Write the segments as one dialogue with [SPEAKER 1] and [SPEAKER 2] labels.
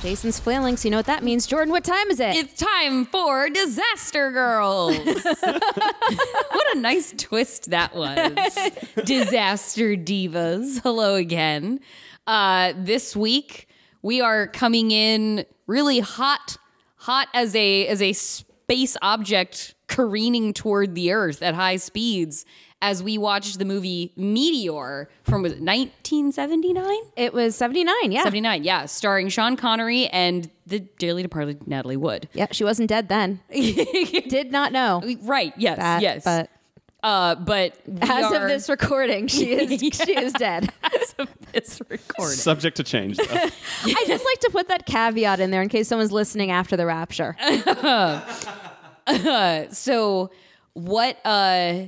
[SPEAKER 1] Jason's flailing, so you know what that means. Jordan, what time is it?
[SPEAKER 2] It's time for Disaster Girls. what a nice twist that was. Disaster Divas. Hello again. Uh, this week we are coming in really hot, hot as a as a space object careening toward the Earth at high speeds. As we watched the movie Meteor from was it 1979?
[SPEAKER 1] It was 79, yeah.
[SPEAKER 2] 79, yeah, starring Sean Connery and the dearly departed Natalie Wood.
[SPEAKER 1] Yeah, she wasn't dead then. Did not know.
[SPEAKER 2] Right. Yes.
[SPEAKER 1] that,
[SPEAKER 2] yes.
[SPEAKER 1] But
[SPEAKER 2] uh, but we
[SPEAKER 1] as
[SPEAKER 2] are,
[SPEAKER 1] of this recording, she is she is dead.
[SPEAKER 2] as of this recording,
[SPEAKER 3] Subject to change. Though.
[SPEAKER 1] I just like to put that caveat in there in case someone's listening after the rapture.
[SPEAKER 2] so what? Uh,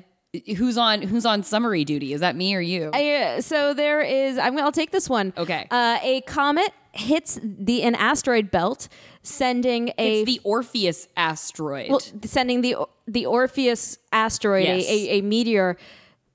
[SPEAKER 2] who's on who's on summary duty? Is that me or you?
[SPEAKER 1] I, uh, so there is. I'm. I'll take this one.
[SPEAKER 2] Okay.
[SPEAKER 1] Uh, a comet hits the an asteroid belt, sending a
[SPEAKER 2] it's the Orpheus asteroid.
[SPEAKER 1] well, sending the the Orpheus asteroid,
[SPEAKER 2] Yes.
[SPEAKER 1] a, a, a meteor,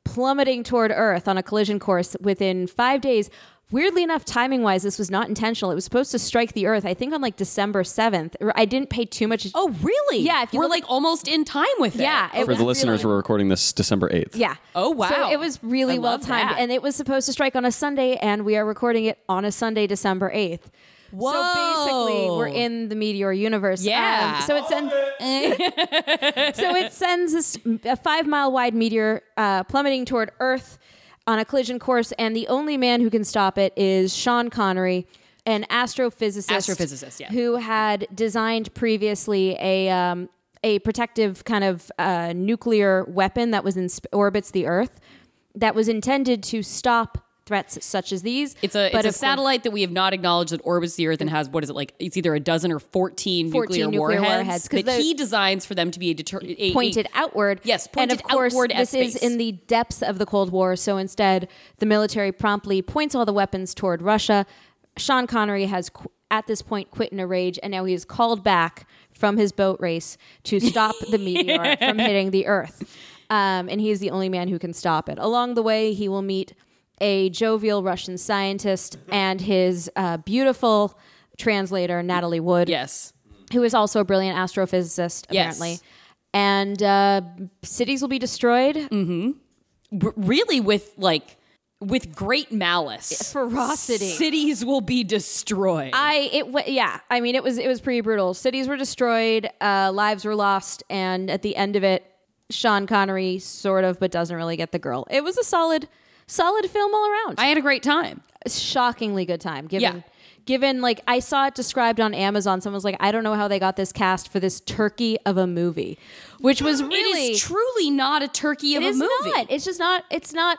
[SPEAKER 1] plummeting toward Earth on a collision course within five days. Weirdly enough, timing wise, this was not intentional. It was supposed to strike the Earth, I think, on like December seventh. I didn't pay too much.
[SPEAKER 2] oh, really?
[SPEAKER 1] Yeah, if you
[SPEAKER 2] we're
[SPEAKER 1] look
[SPEAKER 2] like almost in time with it.
[SPEAKER 1] yeah, it
[SPEAKER 3] For
[SPEAKER 1] was
[SPEAKER 3] the listeners,
[SPEAKER 1] really-
[SPEAKER 3] we're recording this December 8th.
[SPEAKER 1] yeah.
[SPEAKER 2] Oh, wow.
[SPEAKER 1] So it was really
[SPEAKER 2] I
[SPEAKER 1] well
[SPEAKER 2] love
[SPEAKER 1] timed,
[SPEAKER 2] that.
[SPEAKER 1] and it was supposed to strike on a Sunday, and we are recording it on a Sunday, December eighth. So basically,
[SPEAKER 2] Whoa.
[SPEAKER 1] we're in the meteor universe. um,
[SPEAKER 2] Yeah.
[SPEAKER 1] so it sends. so it sends this a five mile wide meteor uh, plummeting toward Earth on a collision course, and the only man who can stop it is Sean Connery, an astrophysicist.
[SPEAKER 2] Astrophysicist, yeah.
[SPEAKER 1] Who had designed previously a. Um, a protective kind of uh, nuclear weapon that was in sp- orbits the Earth that was intended to stop threats such as these.
[SPEAKER 2] It's a,
[SPEAKER 1] But
[SPEAKER 2] it's a
[SPEAKER 1] of course-
[SPEAKER 2] satellite that we have not acknowledged that orbits the Earth and has what is it like? It's either a dozen or fourteen,
[SPEAKER 1] 14 nuclear warheads, 'cause
[SPEAKER 2] that
[SPEAKER 1] the-
[SPEAKER 2] he designs for them to be a, deter- a- a-
[SPEAKER 1] pointed outward.
[SPEAKER 2] Yes,
[SPEAKER 1] and
[SPEAKER 2] pointed
[SPEAKER 1] of course,
[SPEAKER 2] outward at
[SPEAKER 1] this is
[SPEAKER 2] space.
[SPEAKER 1] in the depths of the Cold War. So instead, the military promptly points all the weapons toward Russia. Sean Connery has, qu- at this point, quit in a rage, and now he is called back from his boat race to stop the meteor from hitting the Earth. Um, and he is the only man who can stop it. Along the way, he will meet a jovial Russian scientist
[SPEAKER 2] Mm-hmm.
[SPEAKER 1] and his uh, beautiful translator, Natalie Wood
[SPEAKER 2] Yes.
[SPEAKER 1] who is also a brilliant astrophysicist,
[SPEAKER 2] Yes.
[SPEAKER 1] apparently. And uh, cities will be destroyed.
[SPEAKER 2] Mm. r- really with like with great malice
[SPEAKER 1] Ferocity.
[SPEAKER 2] cities will be destroyed
[SPEAKER 1] I it wa yeah. I mean, it was it was pretty brutal. Cities were destroyed, uh, lives were lost, and at the end of it, Sean Connery sort of, but doesn't really get the girl. It was a solid, solid film all around.
[SPEAKER 2] I had a great time
[SPEAKER 1] shockingly good time given
[SPEAKER 2] Yeah.
[SPEAKER 1] given like i saw it described on amazon someone was like i don't know how they got this cast for this turkey of a movie which was really
[SPEAKER 2] it is truly not a turkey of
[SPEAKER 1] It
[SPEAKER 2] a
[SPEAKER 1] is
[SPEAKER 2] movie
[SPEAKER 1] not. It's just not. It's not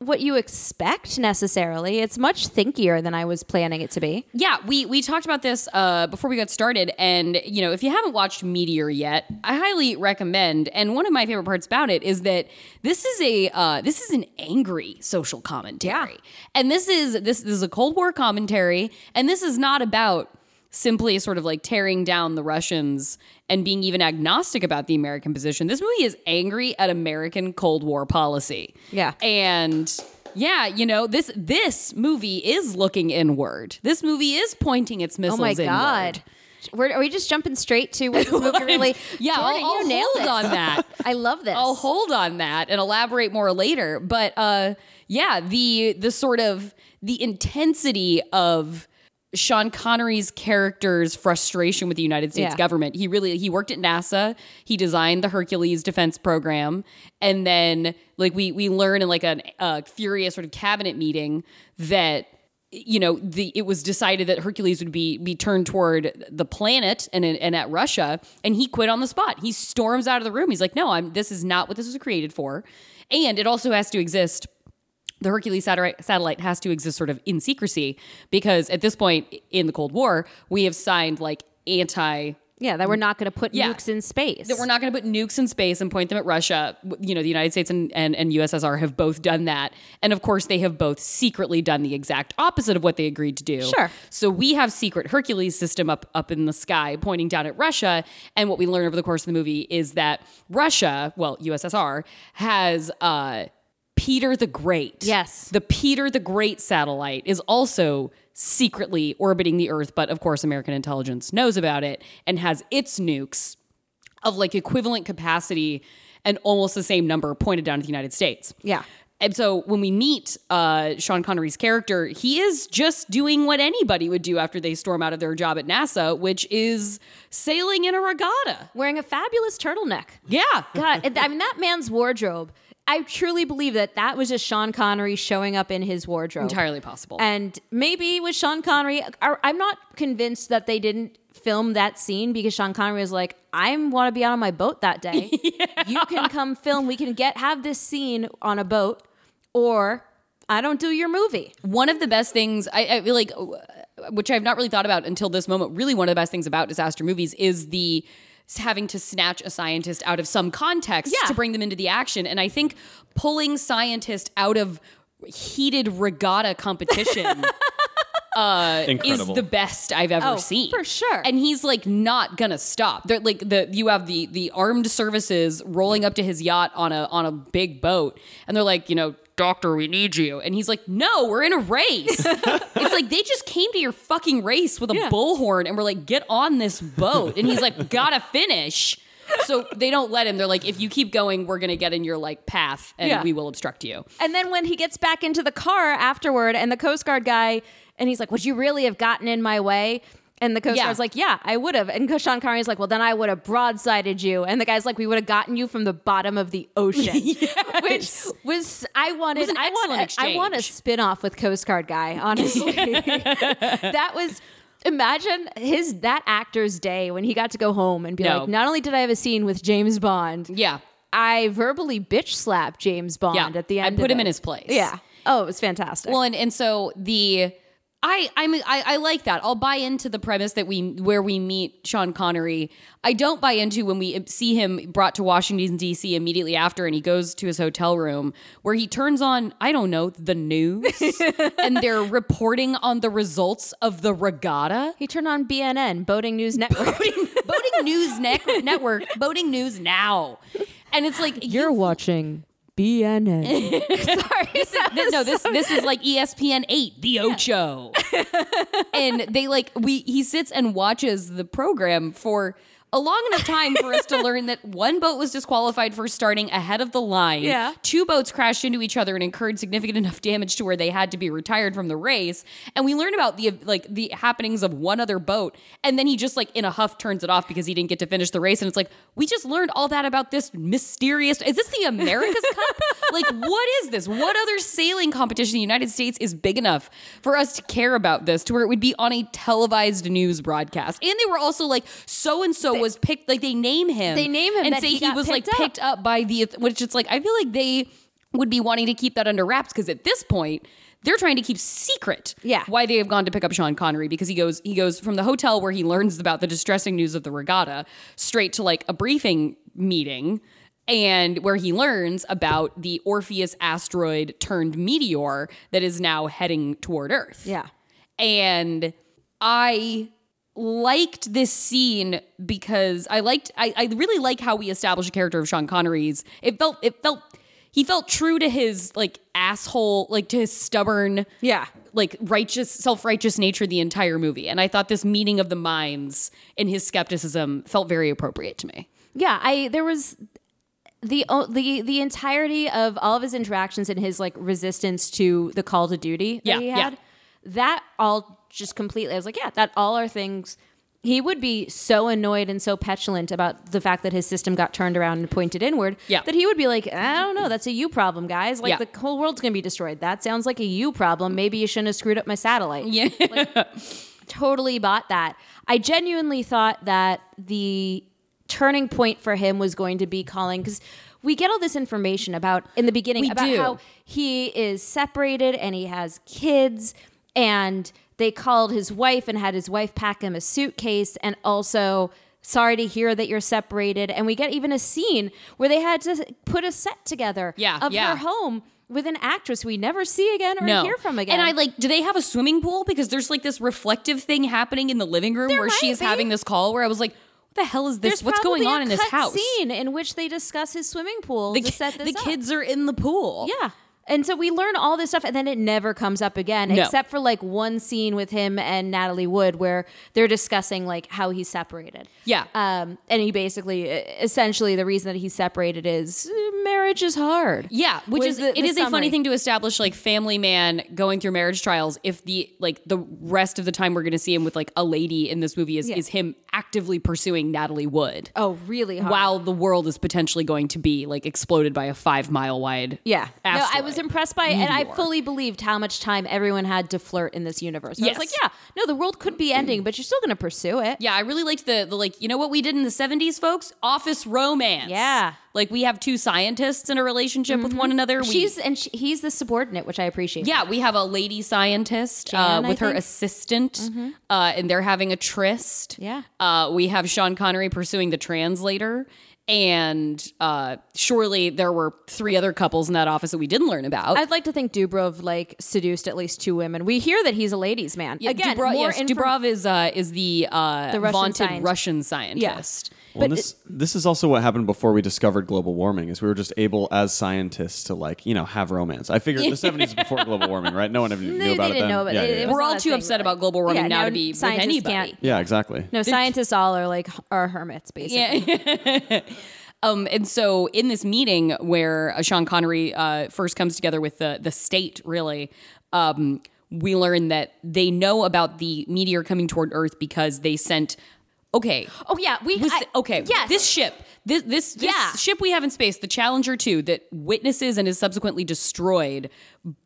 [SPEAKER 1] what you expect necessarily. It's much thinkier than I was planning it to be.
[SPEAKER 2] yeah we we talked about this uh before we got started and you know if you haven't watched meteor yet i highly recommend and one of my favorite parts about it is that this is a uh this is an angry social commentary and this is this, this is a cold war commentary and this is not about simply sort of like tearing down the Russians and being even agnostic about the American position. This movie is angry at American Cold War policy.
[SPEAKER 1] Yeah.
[SPEAKER 2] And yeah, you know, this this movie is looking inward. This movie is pointing its
[SPEAKER 1] Oh
[SPEAKER 2] missiles inward.
[SPEAKER 1] We're, are we just jumping straight to what's movie really?
[SPEAKER 2] Yeah, I'll-
[SPEAKER 1] Jordan,
[SPEAKER 2] I'll,
[SPEAKER 1] you nailed
[SPEAKER 2] hold
[SPEAKER 1] it.
[SPEAKER 2] on that.
[SPEAKER 1] I love this.
[SPEAKER 2] I'll hold on that and elaborate more later. But uh, yeah, the the sort of the intensity of Sean Connery's character's frustration with the United States
[SPEAKER 1] Yeah.
[SPEAKER 2] government. He really he worked at NASA. He designed the Hercules defense program, and then like we we learn in like a uh, furious sort of cabinet meeting that you know the it was decided that Hercules would be be turned toward the planet and and at Russia and he quit on the spot. He storms out of the room. He's like, "No, I'm this is not what this was created for." And it also has to exist the Hercules satellite, satellite has to exist sort of in secrecy because at this point in the Cold War, we have signed like anti
[SPEAKER 1] Yeah, that we're not going to put
[SPEAKER 2] Yeah.
[SPEAKER 1] nukes in space.
[SPEAKER 2] that we're not going to put nukes in space and point them at Russia. W- You know, the United States and, and, and USSR have both done that. And of course, they have both secretly done the exact opposite of what they agreed to do.
[SPEAKER 1] Sure.
[SPEAKER 2] So we have secret Hercules system up, up in the sky pointing down at Russia. And what we learn over the course of the movie is that Russia, well, USSR, has. Uh, Peter the Great.
[SPEAKER 1] Yes.
[SPEAKER 2] The Peter the Great satellite is also secretly orbiting the Earth, but of course, American intelligence knows about it and has its nukes of like equivalent capacity and almost the same number pointed down at the United States.
[SPEAKER 1] Yeah.
[SPEAKER 2] And so when we meet uh, Sean Connery's character, he is just doing what anybody would do after they storm out of their job at NASA, which is sailing in a regatta.
[SPEAKER 1] wearing a fabulous turtleneck.
[SPEAKER 2] Yeah.
[SPEAKER 1] God, I mean that man's wardrobe. I truly believe that that was just Sean Connery showing up in his wardrobe.
[SPEAKER 2] Entirely possible.
[SPEAKER 1] And maybe with Sean Connery, I- I'm not convinced that they didn't film that scene because Sean Connery was like, "I want to be out on my boat that day. You can come film. We can get have this scene on a boat, or I don't do your movie."
[SPEAKER 2] one of the best things I, I feel like which i've not really thought about until this moment really one of the best things about disaster movies is the having to snatch a scientist out of some context
[SPEAKER 1] Yeah.
[SPEAKER 2] to bring them into the action and i think pulling scientist out of heated regatta competition
[SPEAKER 3] Incredible.
[SPEAKER 2] is the best I've ever
[SPEAKER 1] Oh,
[SPEAKER 2] seen.
[SPEAKER 1] for sure.
[SPEAKER 2] And he's like not gonna stop. They're like the you have the the armed services rolling up to his yacht on a on a big boat, and they're like, you know, Doctor, we need you. And he's like, No, we're in a race. it's like they just came to your fucking race with a bullhorn and we're like, get on this boat. And he's like, gotta finish. So they don't let him. They're like, if you keep going, we're gonna get in your like path and
[SPEAKER 1] Yeah.
[SPEAKER 2] we will obstruct you.
[SPEAKER 1] And then when he gets back into the car afterward, and the Coast Guard guy, and he's like, "Would you really have gotten in my way?" And the Coast
[SPEAKER 2] Yeah.
[SPEAKER 1] Guard's like, "Yeah, I would have." And Sean Connery's like, "Well, then I would have broadsided you." And the guy's like, "We would have gotten you from the bottom of the ocean," which was I wanted.
[SPEAKER 2] an
[SPEAKER 1] I want.
[SPEAKER 2] excellent
[SPEAKER 1] I want a
[SPEAKER 2] exchange.
[SPEAKER 1] spin off with Coast Guard guy. Honestly, that was. Imagine his that actor's day when he got to go home and be
[SPEAKER 2] No.
[SPEAKER 1] like, not only did I have a scene with James Bond,
[SPEAKER 2] Yeah.
[SPEAKER 1] I verbally bitch slapped James Bond
[SPEAKER 2] Yeah.
[SPEAKER 1] at the
[SPEAKER 2] I
[SPEAKER 1] end.
[SPEAKER 2] put
[SPEAKER 1] of
[SPEAKER 2] him
[SPEAKER 1] it.
[SPEAKER 2] in his place.
[SPEAKER 1] Yeah. Oh, it was fantastic.
[SPEAKER 2] Well, and and so the I I'm I, I like that. I'll buy into the premise that we where we meet Sean Connery. I don't buy into when we see him brought to Washington D.C. immediately after, and he goes to his hotel room where he turns on I don't know the news, and they're reporting on the results of the regatta.
[SPEAKER 1] he turned on BNN, Boating News Network.
[SPEAKER 2] Boating News Nec- Network, Boating News Now. And it's like you're
[SPEAKER 1] watching BNN.
[SPEAKER 2] This is- th- no, this this is like E ESPN eight, the Ocho, and they like we he sits and watches the program for a long enough time for us to learn that one boat was disqualified for starting ahead of the line.
[SPEAKER 1] Yeah.
[SPEAKER 2] two boats crashed into each other and incurred significant enough damage to where they had to be retired from the race. And we learn about the like the happenings of one other boat, and then he just like in a huff turns it off because he didn't get to finish the race. And it's like we just learned all that about this mysterious. Is this the America's Cup? Like what is this? What other sailing competition in the United States is big enough for us to care about this to where it would be on a televised news broadcast? And they were also like so and so was picked. Like they name him.
[SPEAKER 1] They name him
[SPEAKER 2] and
[SPEAKER 1] that
[SPEAKER 2] say
[SPEAKER 1] he
[SPEAKER 2] he,
[SPEAKER 1] got
[SPEAKER 2] was like
[SPEAKER 1] picked up.
[SPEAKER 2] picked up by the which it's like I feel like they would be wanting to keep that under wraps because at this point they're trying to keep secret
[SPEAKER 1] Yeah.
[SPEAKER 2] why they have gone to pick up Sean Connery because he goes he goes from the hotel where he learns about the distressing news of the regatta straight to like a briefing meeting and where he learns about the Orpheus asteroid turned meteor that is now heading toward Earth
[SPEAKER 1] yeah.
[SPEAKER 2] and I liked this scene because I liked I, I really like how we establish a character of Sean Connery's. It felt it felt he felt true to his like asshole like to his stubborn
[SPEAKER 1] Yeah.
[SPEAKER 2] like righteous self-righteous nature the entire movie and I thought this meeting of the minds and his skepticism felt very appropriate to me.
[SPEAKER 1] Yeah. I there was the o- the the entirety of all of his interactions and his like resistance to the call to duty that
[SPEAKER 2] Yeah,
[SPEAKER 1] he
[SPEAKER 2] yeah.
[SPEAKER 1] had. That all just completely I was like, yeah, that all are things he would be so annoyed and so petulant about the fact that his system got turned around and pointed inward
[SPEAKER 2] Yeah.
[SPEAKER 1] that he would be like, I don't know, that's a you problem, guys. Like
[SPEAKER 2] Yeah.
[SPEAKER 1] the whole world's gonna be destroyed. That sounds like a you problem. Maybe you shouldn't have screwed up my satellite
[SPEAKER 2] Yeah.
[SPEAKER 1] totally bought that. I genuinely thought that the turning point for him was going to be calling because we get all this information about in the beginning
[SPEAKER 2] We
[SPEAKER 1] about
[SPEAKER 2] do.
[SPEAKER 1] how he is separated and he has kids and they called his wife and had his wife pack him a suitcase and also sorry to hear that you're separated and we get even a scene where they had to put a set together
[SPEAKER 2] Yeah,
[SPEAKER 1] of
[SPEAKER 2] yeah.
[SPEAKER 1] her home with an actress we never see again or
[SPEAKER 2] no.
[SPEAKER 1] hear from again
[SPEAKER 2] And I like, do they have a swimming pool? Because there's like this reflective thing happening in the living room where she
[SPEAKER 1] might
[SPEAKER 2] is
[SPEAKER 1] be.
[SPEAKER 2] having this call where I was like, what the hell is this?
[SPEAKER 1] There's
[SPEAKER 2] What's going
[SPEAKER 1] probably
[SPEAKER 2] on
[SPEAKER 1] a
[SPEAKER 2] in this
[SPEAKER 1] cut
[SPEAKER 2] house?
[SPEAKER 1] Scene in which they discuss his swimming pool
[SPEAKER 2] The,
[SPEAKER 1] to
[SPEAKER 2] ki-
[SPEAKER 1] set this
[SPEAKER 2] the
[SPEAKER 1] up.
[SPEAKER 2] kids are in the pool.
[SPEAKER 1] yeah. And so we learn all this stuff, and then it never comes up again,
[SPEAKER 2] No.
[SPEAKER 1] except for like one scene with him and Natalie Wood where they're discussing like how he's separated.
[SPEAKER 2] Yeah.
[SPEAKER 1] Um, and he basically, e, essentially, the reason that he's separated is eh, marriage is hard.
[SPEAKER 2] Yeah, which
[SPEAKER 1] was
[SPEAKER 2] is
[SPEAKER 1] the- the
[SPEAKER 2] it is a funny
[SPEAKER 1] summary.
[SPEAKER 2] thing to establish like family man going through marriage trials if the like the rest of the time we're going to see him with like a lady in this movie is
[SPEAKER 1] Yeah.
[SPEAKER 2] is him actively pursuing Natalie Wood.
[SPEAKER 1] Oh, really hard.
[SPEAKER 2] While the world is potentially going to be like exploded by a five mile wide,
[SPEAKER 1] Yeah. No, I
[SPEAKER 2] asteroid.
[SPEAKER 1] was impressed by it, and I
[SPEAKER 2] Meteor.
[SPEAKER 1] fully believed how much time everyone had to flirt in this universe. I
[SPEAKER 2] Yes.
[SPEAKER 1] was like, yeah, no, the world could be ending, but you're still going to pursue it.
[SPEAKER 2] Yeah, I really liked the the like, you know what we did in the 70s, folks? Office romance.
[SPEAKER 1] Yeah.
[SPEAKER 2] Like we have two scientists in a relationship with one another. We,
[SPEAKER 1] She's and she, he's the subordinate, which I appreciate.
[SPEAKER 2] yeah, we have a lady scientist
[SPEAKER 1] Jan,
[SPEAKER 2] uh,
[SPEAKER 1] I
[SPEAKER 2] with her
[SPEAKER 1] think. Mm-hmm.
[SPEAKER 2] assistant, uh, and they're having a tryst.
[SPEAKER 1] Yeah.
[SPEAKER 2] uh, we have Sean Connery pursuing the translator, and uh, surely there were three other couples in that office that we didn't learn about.
[SPEAKER 1] I'd like to think Dubrov like seduced at least two women. We hear that he's a ladies' man.
[SPEAKER 2] Yeah,
[SPEAKER 1] Again,
[SPEAKER 2] Dubro-
[SPEAKER 1] more
[SPEAKER 2] yes,
[SPEAKER 1] inform-
[SPEAKER 2] Dubrov is uh, is the, uh,
[SPEAKER 1] The Russian
[SPEAKER 2] vaunted
[SPEAKER 1] scient-
[SPEAKER 2] Russian scientist.
[SPEAKER 3] Well, and this this is also what happened before we discovered global warming. Is we were just able as scientists to like you know have romance. I figured the seventies is before global warming, right? No one ever knew
[SPEAKER 1] they
[SPEAKER 3] about it
[SPEAKER 1] didn't
[SPEAKER 3] then.
[SPEAKER 1] know, but
[SPEAKER 3] yeah,
[SPEAKER 1] it-
[SPEAKER 3] yeah,
[SPEAKER 1] it
[SPEAKER 3] yeah.
[SPEAKER 1] was-
[SPEAKER 2] We're all
[SPEAKER 1] not a
[SPEAKER 2] too
[SPEAKER 1] thing,
[SPEAKER 2] upset
[SPEAKER 1] right?
[SPEAKER 2] about global warming
[SPEAKER 1] Yeah,
[SPEAKER 2] now,
[SPEAKER 1] now
[SPEAKER 2] to be with
[SPEAKER 1] scientists
[SPEAKER 2] anybody.
[SPEAKER 1] can't-
[SPEAKER 3] Yeah, exactly.
[SPEAKER 1] No, scientists all are like are hermits basically.
[SPEAKER 2] Um, and so in this meeting where uh, Sean Connery uh, first comes together with the the state, really, um, we learn that they know about the meteor coming toward Earth because they sent. Okay.
[SPEAKER 1] Oh yeah, we
[SPEAKER 2] Was
[SPEAKER 1] I-
[SPEAKER 2] the- okay.
[SPEAKER 1] Yes,
[SPEAKER 2] This ship. This this, this
[SPEAKER 1] Yeah.
[SPEAKER 2] ship we have in space, the Challenger 2, that witnesses and is subsequently destroyed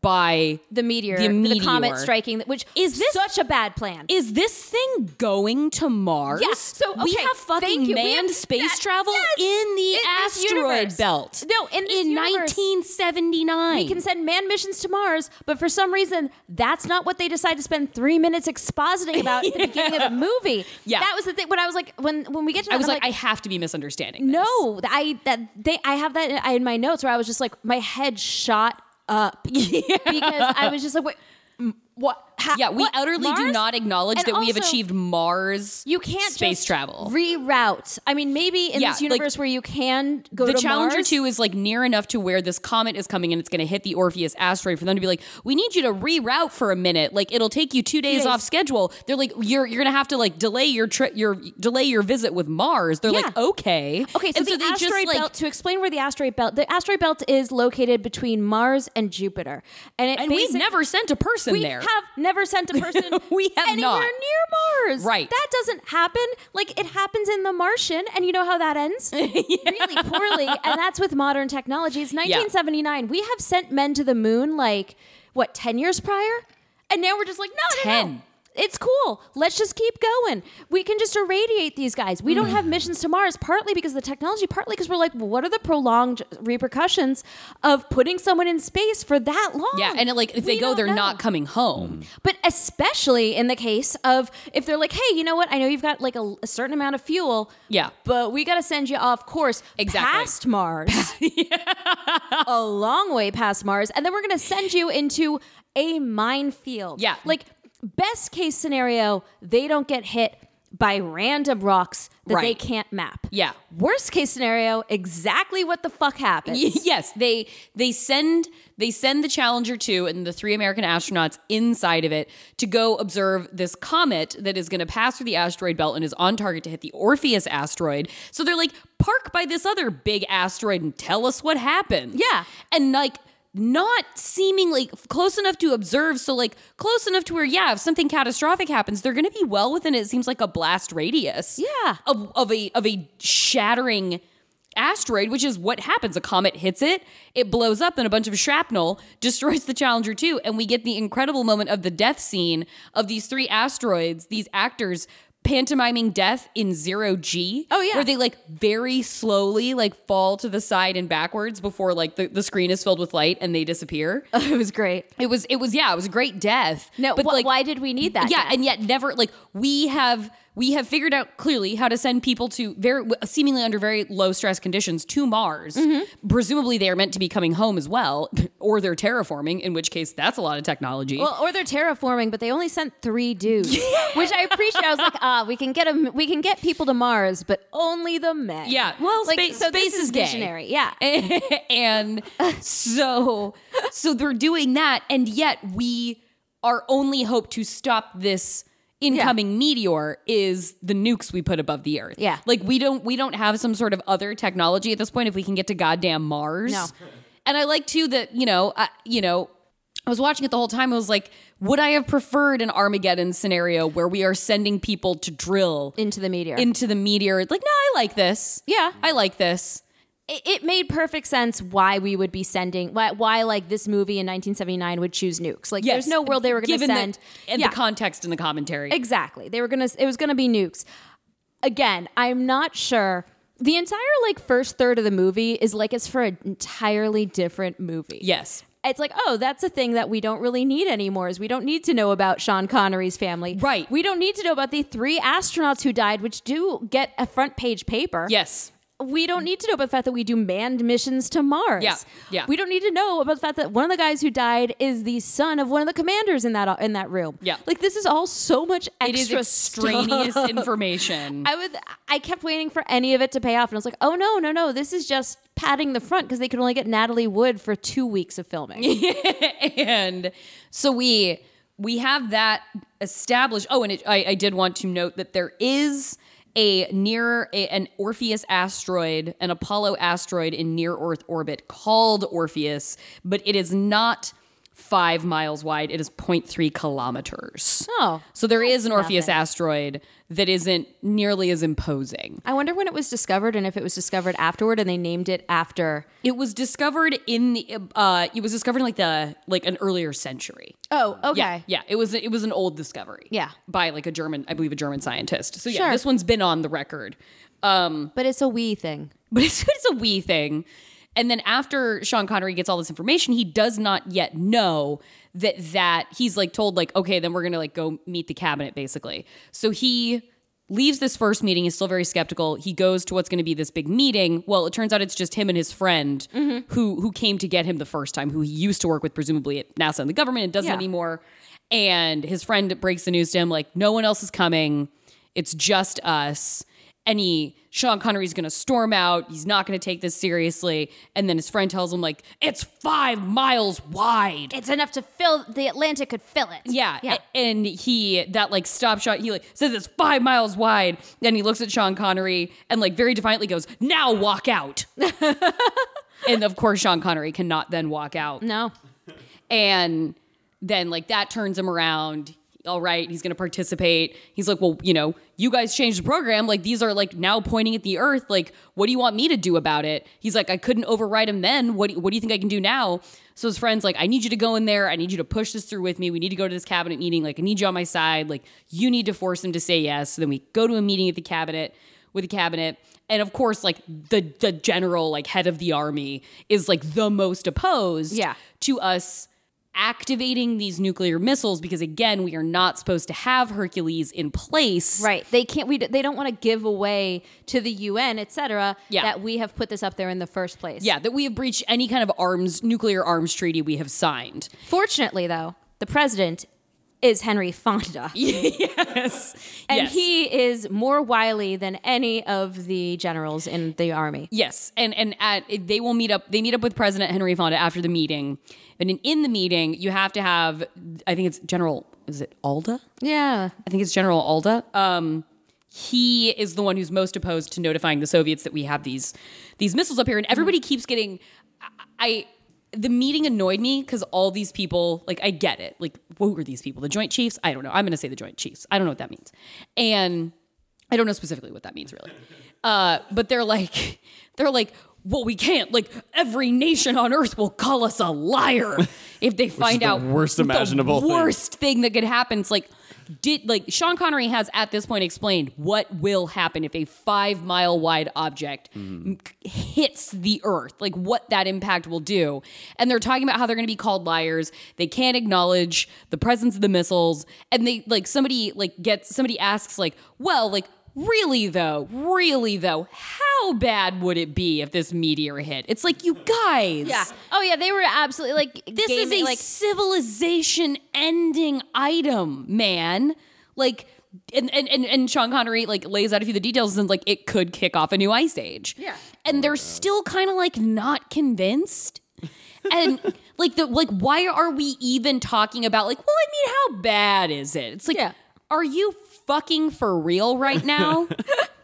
[SPEAKER 2] by
[SPEAKER 1] the meteor,
[SPEAKER 2] The
[SPEAKER 1] the,
[SPEAKER 2] meteor.
[SPEAKER 1] comet striking, which is
[SPEAKER 2] this-
[SPEAKER 1] such a bad plan?
[SPEAKER 2] Is this thing going to Mars?
[SPEAKER 1] Yeah, so,
[SPEAKER 2] we
[SPEAKER 1] okay,
[SPEAKER 2] have fucking
[SPEAKER 1] thank you. We
[SPEAKER 2] manned
[SPEAKER 1] have
[SPEAKER 2] space
[SPEAKER 1] that-
[SPEAKER 2] travel
[SPEAKER 1] yes,
[SPEAKER 2] in the
[SPEAKER 1] in this
[SPEAKER 2] asteroid
[SPEAKER 1] universe.
[SPEAKER 2] belt.
[SPEAKER 1] No, in this
[SPEAKER 2] in
[SPEAKER 1] universe.
[SPEAKER 2] 1979.
[SPEAKER 1] We can send manned missions to Mars, but for some reason, that's not what they decide to spend three minutes expositing about at the beginning of the movie.
[SPEAKER 2] Yeah.
[SPEAKER 1] that was the thing. When I was like, when when we get to, that,
[SPEAKER 2] I was
[SPEAKER 1] I'm
[SPEAKER 2] like, I have to be misunderstanding. this.
[SPEAKER 1] No, I that they I have that in, I- in my notes where I was just like my head shot up because I was just like wait m- what ha-
[SPEAKER 2] Yeah, we
[SPEAKER 1] what?
[SPEAKER 2] utterly do
[SPEAKER 1] Mars?
[SPEAKER 2] not acknowledge
[SPEAKER 1] And
[SPEAKER 2] that we have
[SPEAKER 1] also,
[SPEAKER 2] achieved Mars.
[SPEAKER 1] you can't
[SPEAKER 2] space
[SPEAKER 1] just
[SPEAKER 2] travel.
[SPEAKER 1] reroute. I mean, maybe in
[SPEAKER 2] Yeah,
[SPEAKER 1] this
[SPEAKER 2] like,
[SPEAKER 1] universe where you can go
[SPEAKER 2] the
[SPEAKER 1] to
[SPEAKER 2] Challenger
[SPEAKER 1] Mars,
[SPEAKER 2] 2 is like near enough to where this comet is coming and it's going to hit the Orpheus asteroid for them to be like, we need you to reroute for a minute. Like it'll take you two days
[SPEAKER 1] days.
[SPEAKER 2] off schedule. They're like, you're you're going to have to like delay your trip, your delay your visit with Mars. They're like,
[SPEAKER 1] Yeah.
[SPEAKER 2] okay,
[SPEAKER 1] Okay, so
[SPEAKER 2] And
[SPEAKER 1] the
[SPEAKER 2] they
[SPEAKER 1] asteroid belt. To explain where the asteroid belt, the asteroid belt is located between Mars and Jupiter, and it
[SPEAKER 2] and we've
[SPEAKER 1] basic-
[SPEAKER 2] never sent a person
[SPEAKER 1] we
[SPEAKER 2] there.
[SPEAKER 1] have never sent a person
[SPEAKER 2] We have
[SPEAKER 1] anywhere
[SPEAKER 2] not.
[SPEAKER 1] near Mars.
[SPEAKER 2] Right.
[SPEAKER 1] That doesn't happen. Like it happens in The Martian, and you know how that ends? Really poorly. And that's with modern technology. It's 1979. We have sent men to the moon like what, 10 years prior? And now we're just like, no, no, no.
[SPEAKER 2] 10.
[SPEAKER 1] It's cool. Let's just keep going. We can just irradiate these guys. We
[SPEAKER 2] Mm.
[SPEAKER 1] don't have missions to Mars, partly because of the technology, partly because we're like, well, what are the prolonged repercussions of putting someone in space for that long?
[SPEAKER 2] yeah, and it, like if they
[SPEAKER 1] We
[SPEAKER 2] go,
[SPEAKER 1] don't
[SPEAKER 2] they're
[SPEAKER 1] know.
[SPEAKER 2] not coming home.
[SPEAKER 1] But especially in the case of if they're like, hey, you know what? I know you've got like a, a certain amount of fuel.
[SPEAKER 2] Yeah.
[SPEAKER 1] But we got to send you off course
[SPEAKER 2] Exactly.
[SPEAKER 1] past Mars, a long way past Mars. And then we're going to send you into a minefield.
[SPEAKER 2] Yeah.
[SPEAKER 1] Like, best case scenario, they don't get hit by random rocks that they
[SPEAKER 2] Right.
[SPEAKER 1] can't map.
[SPEAKER 2] Yeah.
[SPEAKER 1] Worst case scenario, exactly what the fuck happens.
[SPEAKER 2] Y- yes, they they send they send the Challenger 2 and the three American astronauts inside of it to go observe this comet that is going to pass through the asteroid belt and is on target to hit the Orpheus asteroid. So they're like, "Park by this other big asteroid and tell us what happens."
[SPEAKER 1] Yeah.
[SPEAKER 2] And like not seemingly close enough to observe, so like close enough to where, yeah, if something catastrophic happens, they're going to be well within it seems like a blast radius
[SPEAKER 1] Yeah.
[SPEAKER 2] of of a of a shattering asteroid, which is what happens. A comet hits it, it blows up, and a bunch of shrapnel destroys the Challenger 2. And we get the incredible moment of the death scene of these three asteroids, these actors pantomiming death in zero G.
[SPEAKER 1] Oh, yeah.
[SPEAKER 2] where they like very slowly like fall to the side and backwards before like the, the screen is filled with light and they disappear.
[SPEAKER 1] it was great.
[SPEAKER 2] It was it was yeah, it was a great death.
[SPEAKER 1] No, but like, why did we need that?
[SPEAKER 2] yeah, and yet never like we have we have figured out clearly how to send people to very seemingly under very low stress conditions to Mars.
[SPEAKER 1] Mm-hmm.
[SPEAKER 2] Presumably they are meant to be coming home as well, or they're terraforming, in which case that's a lot of technology.
[SPEAKER 1] Well, or they're terraforming, but they only sent three dudes, which I appreciate. I was like, ah, we can get 'em- we can get people to Mars, but only the men.
[SPEAKER 2] Yeah. Well,
[SPEAKER 1] like
[SPEAKER 2] space-
[SPEAKER 1] so this
[SPEAKER 2] space is gay.
[SPEAKER 1] visionary. Yeah,
[SPEAKER 2] and so so they're doing that and yet we our only hope to stop this incoming meteor is the nukes we put above the earth
[SPEAKER 1] Yeah.
[SPEAKER 2] like we don't we don't have some sort of other technology at this point if we can get to goddamn mars
[SPEAKER 1] No.
[SPEAKER 2] and i like too that you know I, you know I was watching it the whole time. I was like, would I have preferred an Armageddon scenario where we are sending people to drill
[SPEAKER 1] into the meteor.
[SPEAKER 2] into the meteor? Like, no, I like this.
[SPEAKER 1] Yeah.
[SPEAKER 2] I like this.
[SPEAKER 1] it, it made perfect sense why we would be sending why, why like this movie in 1979 would choose nukes. Like there's no world they were going to
[SPEAKER 2] Given the-
[SPEAKER 1] send.
[SPEAKER 2] and
[SPEAKER 1] Yeah.
[SPEAKER 2] the context and the commentary.
[SPEAKER 1] Exactly. They were gonna. It was gonna be nukes. Again, I'm not sure. The entire like first third of the movie is like it's for an entirely different movie.
[SPEAKER 2] yes.
[SPEAKER 1] It's like, oh, that's a thing that we don't really need anymore. Is we don't need to know about Sean Connery's family,
[SPEAKER 2] Right.
[SPEAKER 1] We don't need to know about the three astronauts who died, which do get a front page paper.
[SPEAKER 2] Yes.
[SPEAKER 1] We don't need to know about the fact that we do manned missions to Mars.
[SPEAKER 2] Yeah, yeah.
[SPEAKER 1] We don't need to know about the fact that one of the guys who died is the son of one of the commanders in that in that room.
[SPEAKER 2] Yeah.
[SPEAKER 1] Like this is all so much
[SPEAKER 2] It is
[SPEAKER 1] extra
[SPEAKER 2] extraneous
[SPEAKER 1] stuff.
[SPEAKER 2] information.
[SPEAKER 1] I would. I kept waiting for any of it to pay off, and I was like, "Oh no, no, no! This is just padding the front because they could only get Natalie Wood for two weeks of filming."
[SPEAKER 2] and so we we have that established. Oh, and it, I, I did want to note that there is a near a, an Orpheus asteroid, an Apollo asteroid in near Earth orbit called Orpheus, but it is not five miles wide. It is 0.3 kilometers.
[SPEAKER 1] Oh.
[SPEAKER 2] so there is an Orpheus asteroid that isn't nearly as imposing.
[SPEAKER 1] I wonder when it was discovered and if it was discovered afterward, and they named it after.
[SPEAKER 2] It was discovered in the uh it was discovered in like the like an earlier century.
[SPEAKER 1] Oh, okay.
[SPEAKER 2] Yeah. Yeah, it was it was an old discovery.
[SPEAKER 1] Yeah.
[SPEAKER 2] By like a German, I believe a German scientist. So yeah,
[SPEAKER 1] Sure.
[SPEAKER 2] this one's been on the record.
[SPEAKER 1] But it's a wee thing.
[SPEAKER 2] But it's, it's a wee thing. And then after Sean Connery gets all this information, he does not yet know that that he's like told like okay, then we're going to like go meet the cabinet basically. So he leaves this first meeting he's still very skeptical he goes to what's going to be this big meeting well it turns out it's just him and his friend who who came to get him the first time who he used to work with presumably at nasa and the government and doesn't
[SPEAKER 1] Yeah.
[SPEAKER 2] anymore and his friend breaks the news to him like no one else is coming it's just us and he sean connery's going to storm out he's not going to take this seriously and then his friend tells him like it's five miles wide
[SPEAKER 1] It's enough to fill the Atlantic could fill it.
[SPEAKER 2] yeah,
[SPEAKER 1] Yeah.
[SPEAKER 2] a- and he that like stop shot. He like says it's five miles wide. Then he looks at Sean Connery and like very defiantly goes, "Now walk out." and of course, Sean Connery cannot then walk out.
[SPEAKER 1] No.
[SPEAKER 2] And then like that turns him around. All right, he's going to participate. He's like, "Well, you know, you guys changed the program. Like these are like now pointing at the earth. Like what do you want me to do about it?" He's like, "I couldn't override him then. What do, what do you think I can do now?" So his friends like, "I need you to go in there. I need you to push this through with me. We need to go to this cabinet meeting. Like I need you on my side. Like you need to force him to say yes." So then we go to a meeting at the cabinet with the cabinet and of course like the the general like head of the army is like the most opposed
[SPEAKER 1] Yeah.
[SPEAKER 2] to us activating these nuclear missiles because again we are not supposed to have hercules in place
[SPEAKER 1] Right. They can't. We. They don't want to give away to the UN, et cetera,
[SPEAKER 2] Yeah.
[SPEAKER 1] that we have put this up there in the first place.
[SPEAKER 2] yeah that we have breached any kind of arms nuclear arms treaty we have signed
[SPEAKER 1] Fortunately, though, the president is Henry Fonda,
[SPEAKER 2] yes
[SPEAKER 1] and
[SPEAKER 2] Yes.
[SPEAKER 1] he is more wily than any of the generals in the army.
[SPEAKER 2] Yes, and and at they will meet up. They meet up with President Henry Fonda after the meeting, and in, in the meeting, you have to have. I think it's General. Is it Alda?
[SPEAKER 1] Yeah.
[SPEAKER 2] I think it's General Alda. Um, he is the one who's most opposed to notifying the Soviets that we have these these missiles up here, and everybody keeps getting. I the meeting annoyed me because all these people, like, I get it. Like, who are these people? The Joint Chiefs? I don't know. I'm going to say the Joint Chiefs. I don't know what that means, and I don't know specifically what that means really. Uh, but they're like, they're like. Well, we can't. Like every nation on Earth will call us a liar if they find
[SPEAKER 3] the
[SPEAKER 2] out
[SPEAKER 3] worst imaginable
[SPEAKER 2] the
[SPEAKER 3] thing.
[SPEAKER 2] worst thing that could happen. It's like did like Sean Connery has at this point explained what will happen if a five mile wide object m- hits the Earth, like what that impact will do. And they're talking about how they're going to be called liars. They can't acknowledge the presence of the missiles, and they like somebody like gets somebody asks like, well, like really though, really though, how bad would it be if this meteor hit? It's like you guys,
[SPEAKER 1] Yeah. Oh yeah, they were absolutely like
[SPEAKER 2] this is a
[SPEAKER 1] like
[SPEAKER 2] civilization ending item, man. Like and, and and and Sean Connery like lays out a few of the details and like it could kick off a new ice age. Yeah. And they're still kind of like not convinced. and like the like why are we even talking about like, well, I mean, how bad is it? It's like
[SPEAKER 1] Yeah.
[SPEAKER 2] are you fucking for real right now?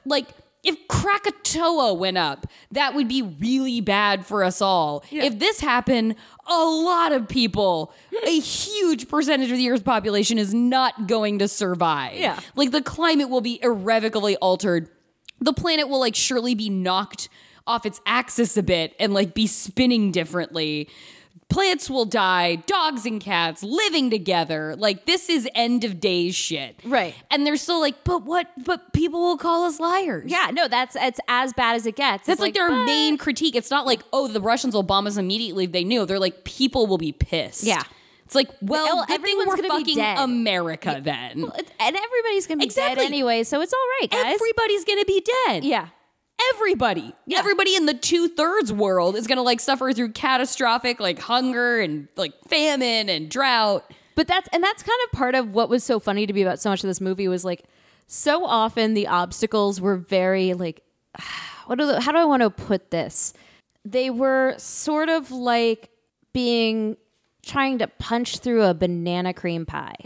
[SPEAKER 2] like, if Krakatoa went up, that would be really bad for us all. If this happened, a lot of people, a huge percentage of the Earth's population is not going to survive.
[SPEAKER 1] Yeah.
[SPEAKER 2] Like, the climate will be irrevocably altered. The planet will, like, surely be knocked off its axis a bit and, like, be spinning differently. Plants will die, dogs and cats living together. Like, this is end of days shit.
[SPEAKER 1] Right.
[SPEAKER 2] And they're still like, but what? But people will call us liars.
[SPEAKER 1] yeah. No, that's it's as bad as it gets.
[SPEAKER 2] That's like, their main critique. It's not like, oh, the Russians will bomb us immediately if they knew. They're like, people will be pissed.
[SPEAKER 1] Yeah.
[SPEAKER 2] It's like, well,
[SPEAKER 1] Well,
[SPEAKER 2] good thing
[SPEAKER 1] everyone's
[SPEAKER 2] we're
[SPEAKER 1] gonna be
[SPEAKER 2] fucking
[SPEAKER 1] dead.
[SPEAKER 2] America then.
[SPEAKER 1] and everybody's gonna be
[SPEAKER 2] Exactly.
[SPEAKER 1] dead anyway, so it's all right, guys.
[SPEAKER 2] Everybody's going to be dead.
[SPEAKER 1] yeah.
[SPEAKER 2] Everybody.
[SPEAKER 1] Yeah.
[SPEAKER 2] Everybody in the two thirds world is going to like suffer through catastrophic like hunger and like famine and drought.
[SPEAKER 1] But that's and that's kind of part of what was so funny to me about so much of this movie was like so often the obstacles were very like what do the, how do I want to put this? They were sort of like being trying to punch through a banana cream pie.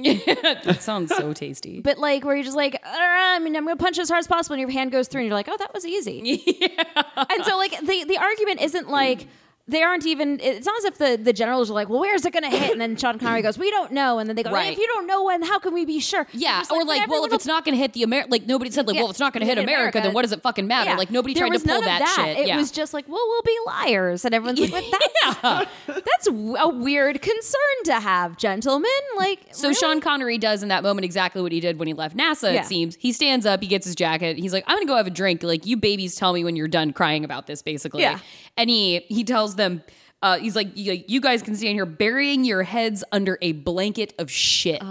[SPEAKER 2] That sounds so tasty.
[SPEAKER 1] But like where you're just like, "Arr, I mean, I'm gonna punch as hard as possible, and your hand goes through, and you're like, oh, that was easy. and so like the the argument isn't like they aren't even. It's not as if the the generals are like, well, where's it gonna hit? And then Sean Connery goes, we don't know. And then they go,
[SPEAKER 2] Right.
[SPEAKER 1] if you don't know when, how can we be sure?
[SPEAKER 2] Yeah,
[SPEAKER 1] You're just
[SPEAKER 2] or like,
[SPEAKER 1] "But
[SPEAKER 2] well, if
[SPEAKER 1] everyone
[SPEAKER 2] it's not going to hit the America, like nobody said, like,
[SPEAKER 1] Yeah,
[SPEAKER 2] well, if it's not going to hit
[SPEAKER 1] hit
[SPEAKER 2] America, then
[SPEAKER 1] America.
[SPEAKER 2] what does it fucking
[SPEAKER 1] will-
[SPEAKER 2] matter? Like nobody
[SPEAKER 1] There
[SPEAKER 2] tried to
[SPEAKER 1] was
[SPEAKER 2] pull
[SPEAKER 1] none of
[SPEAKER 2] that, shit.
[SPEAKER 1] It
[SPEAKER 2] yeah.
[SPEAKER 1] was just like, well, we'll be liars, and everyone's like, well, that's that's w- a weird concern to have, gentlemen. Like,
[SPEAKER 2] so
[SPEAKER 1] really?
[SPEAKER 2] Sean Connery does in that moment exactly what he did when he left NASA.
[SPEAKER 1] Yeah.
[SPEAKER 2] It seems he stands up, he gets his jacket, he's like, "I'm gonna go have a drink." Like you babies, tell me when you're done crying about this, basically.
[SPEAKER 1] Yeah.
[SPEAKER 2] And he he tells them, uh, he's like, "You you guys can stand here burying your heads under a blanket of shit."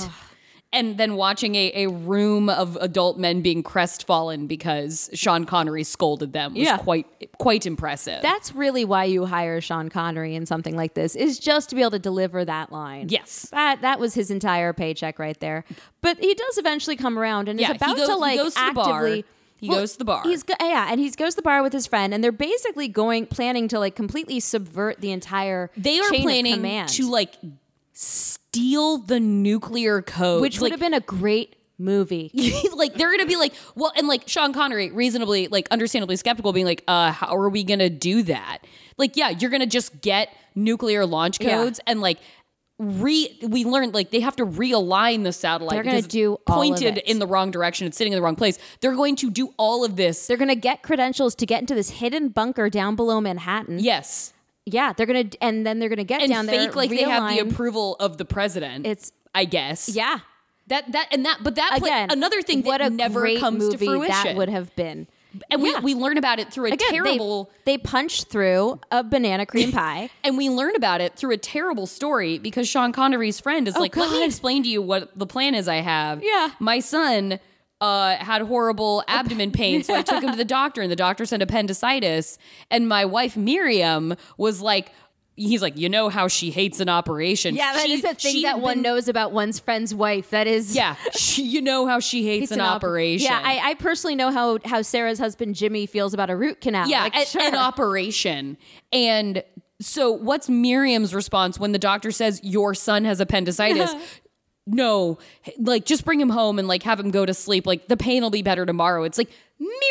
[SPEAKER 2] And then watching a, a room of adult men being crestfallen because Sean Connery scolded them was
[SPEAKER 1] Yeah.
[SPEAKER 2] quite quite impressive.
[SPEAKER 1] That's really why you hire Sean Connery in something like this is just to be able to deliver that line.
[SPEAKER 2] Yes.
[SPEAKER 1] that that was his entire paycheck right there. But he does eventually come around and
[SPEAKER 2] Yeah, he
[SPEAKER 1] is about
[SPEAKER 2] goes-
[SPEAKER 1] to
[SPEAKER 2] he
[SPEAKER 1] like
[SPEAKER 2] goes to the bar.
[SPEAKER 1] actively.
[SPEAKER 2] He goes to the bar.
[SPEAKER 1] He's go- yeah, and he goes to the bar with his friend, and they're basically going planning to like completely subvert the entire.
[SPEAKER 2] they are
[SPEAKER 1] chain of
[SPEAKER 2] planning
[SPEAKER 1] command,
[SPEAKER 2] to like steal the nuclear code
[SPEAKER 1] which would
[SPEAKER 2] like,
[SPEAKER 1] have been a great movie.
[SPEAKER 2] like they're gonna be like well and like sean connery reasonably like understandably skeptical being like uh how are we gonna do that like yeah you're gonna just get nuclear launch
[SPEAKER 1] Yeah.
[SPEAKER 2] codes and like re we learned like they have to realign the satellite
[SPEAKER 1] They're gonna
[SPEAKER 2] because it's
[SPEAKER 1] do all of
[SPEAKER 2] pointed
[SPEAKER 1] it.
[SPEAKER 2] in the wrong direction it's sitting in the wrong place they're going to do all of this
[SPEAKER 1] They're gonna get credentials to get into this hidden bunker down below Manhattan.
[SPEAKER 2] yes
[SPEAKER 1] yeah, they're gonna, and then they're gonna get
[SPEAKER 2] and
[SPEAKER 1] down there.
[SPEAKER 2] fake like they have the
[SPEAKER 1] realign-
[SPEAKER 2] approval of the president
[SPEAKER 1] It's-
[SPEAKER 2] i guess
[SPEAKER 1] Yeah,
[SPEAKER 2] That that and that, but that play-
[SPEAKER 1] again
[SPEAKER 2] another thing
[SPEAKER 1] what
[SPEAKER 2] that
[SPEAKER 1] a
[SPEAKER 2] never
[SPEAKER 1] great
[SPEAKER 2] comes
[SPEAKER 1] movie
[SPEAKER 2] to fruition.
[SPEAKER 1] that would have been
[SPEAKER 2] and
[SPEAKER 1] Yeah.
[SPEAKER 2] we we learn about it through a
[SPEAKER 1] Again, they-
[SPEAKER 2] terrible,
[SPEAKER 1] they, punched through a banana cream pie
[SPEAKER 2] and we learn about it through a terrible story because Sean Connery's friend is like, "Let me
[SPEAKER 1] Oh, God.
[SPEAKER 2] explain to you what the plan is I have."
[SPEAKER 1] Yeah.
[SPEAKER 2] my son uh, had horrible abdomen pain, so I took him to the doctor, and the doctor said appendicitis. And my wife Miriam was like. He's like, you know how she hates an operation.
[SPEAKER 1] yeah that
[SPEAKER 2] She-
[SPEAKER 1] is a thing
[SPEAKER 2] she'd
[SPEAKER 1] that one
[SPEAKER 2] been-
[SPEAKER 1] knows about one's friend's wife that is
[SPEAKER 2] Yeah, she, you know how she hates
[SPEAKER 1] it's
[SPEAKER 2] an,
[SPEAKER 1] op-
[SPEAKER 2] operation.
[SPEAKER 1] yeah I, I personally know how how sarah's husband jimmy feels about a root canal
[SPEAKER 2] Yeah,
[SPEAKER 1] like,
[SPEAKER 2] a-
[SPEAKER 1] sure.
[SPEAKER 2] an operation. And so, what's Miriam's response when the doctor says your son has appendicitis? no, like just bring him home and like have him go to sleep. Like the pain will be better tomorrow. It's like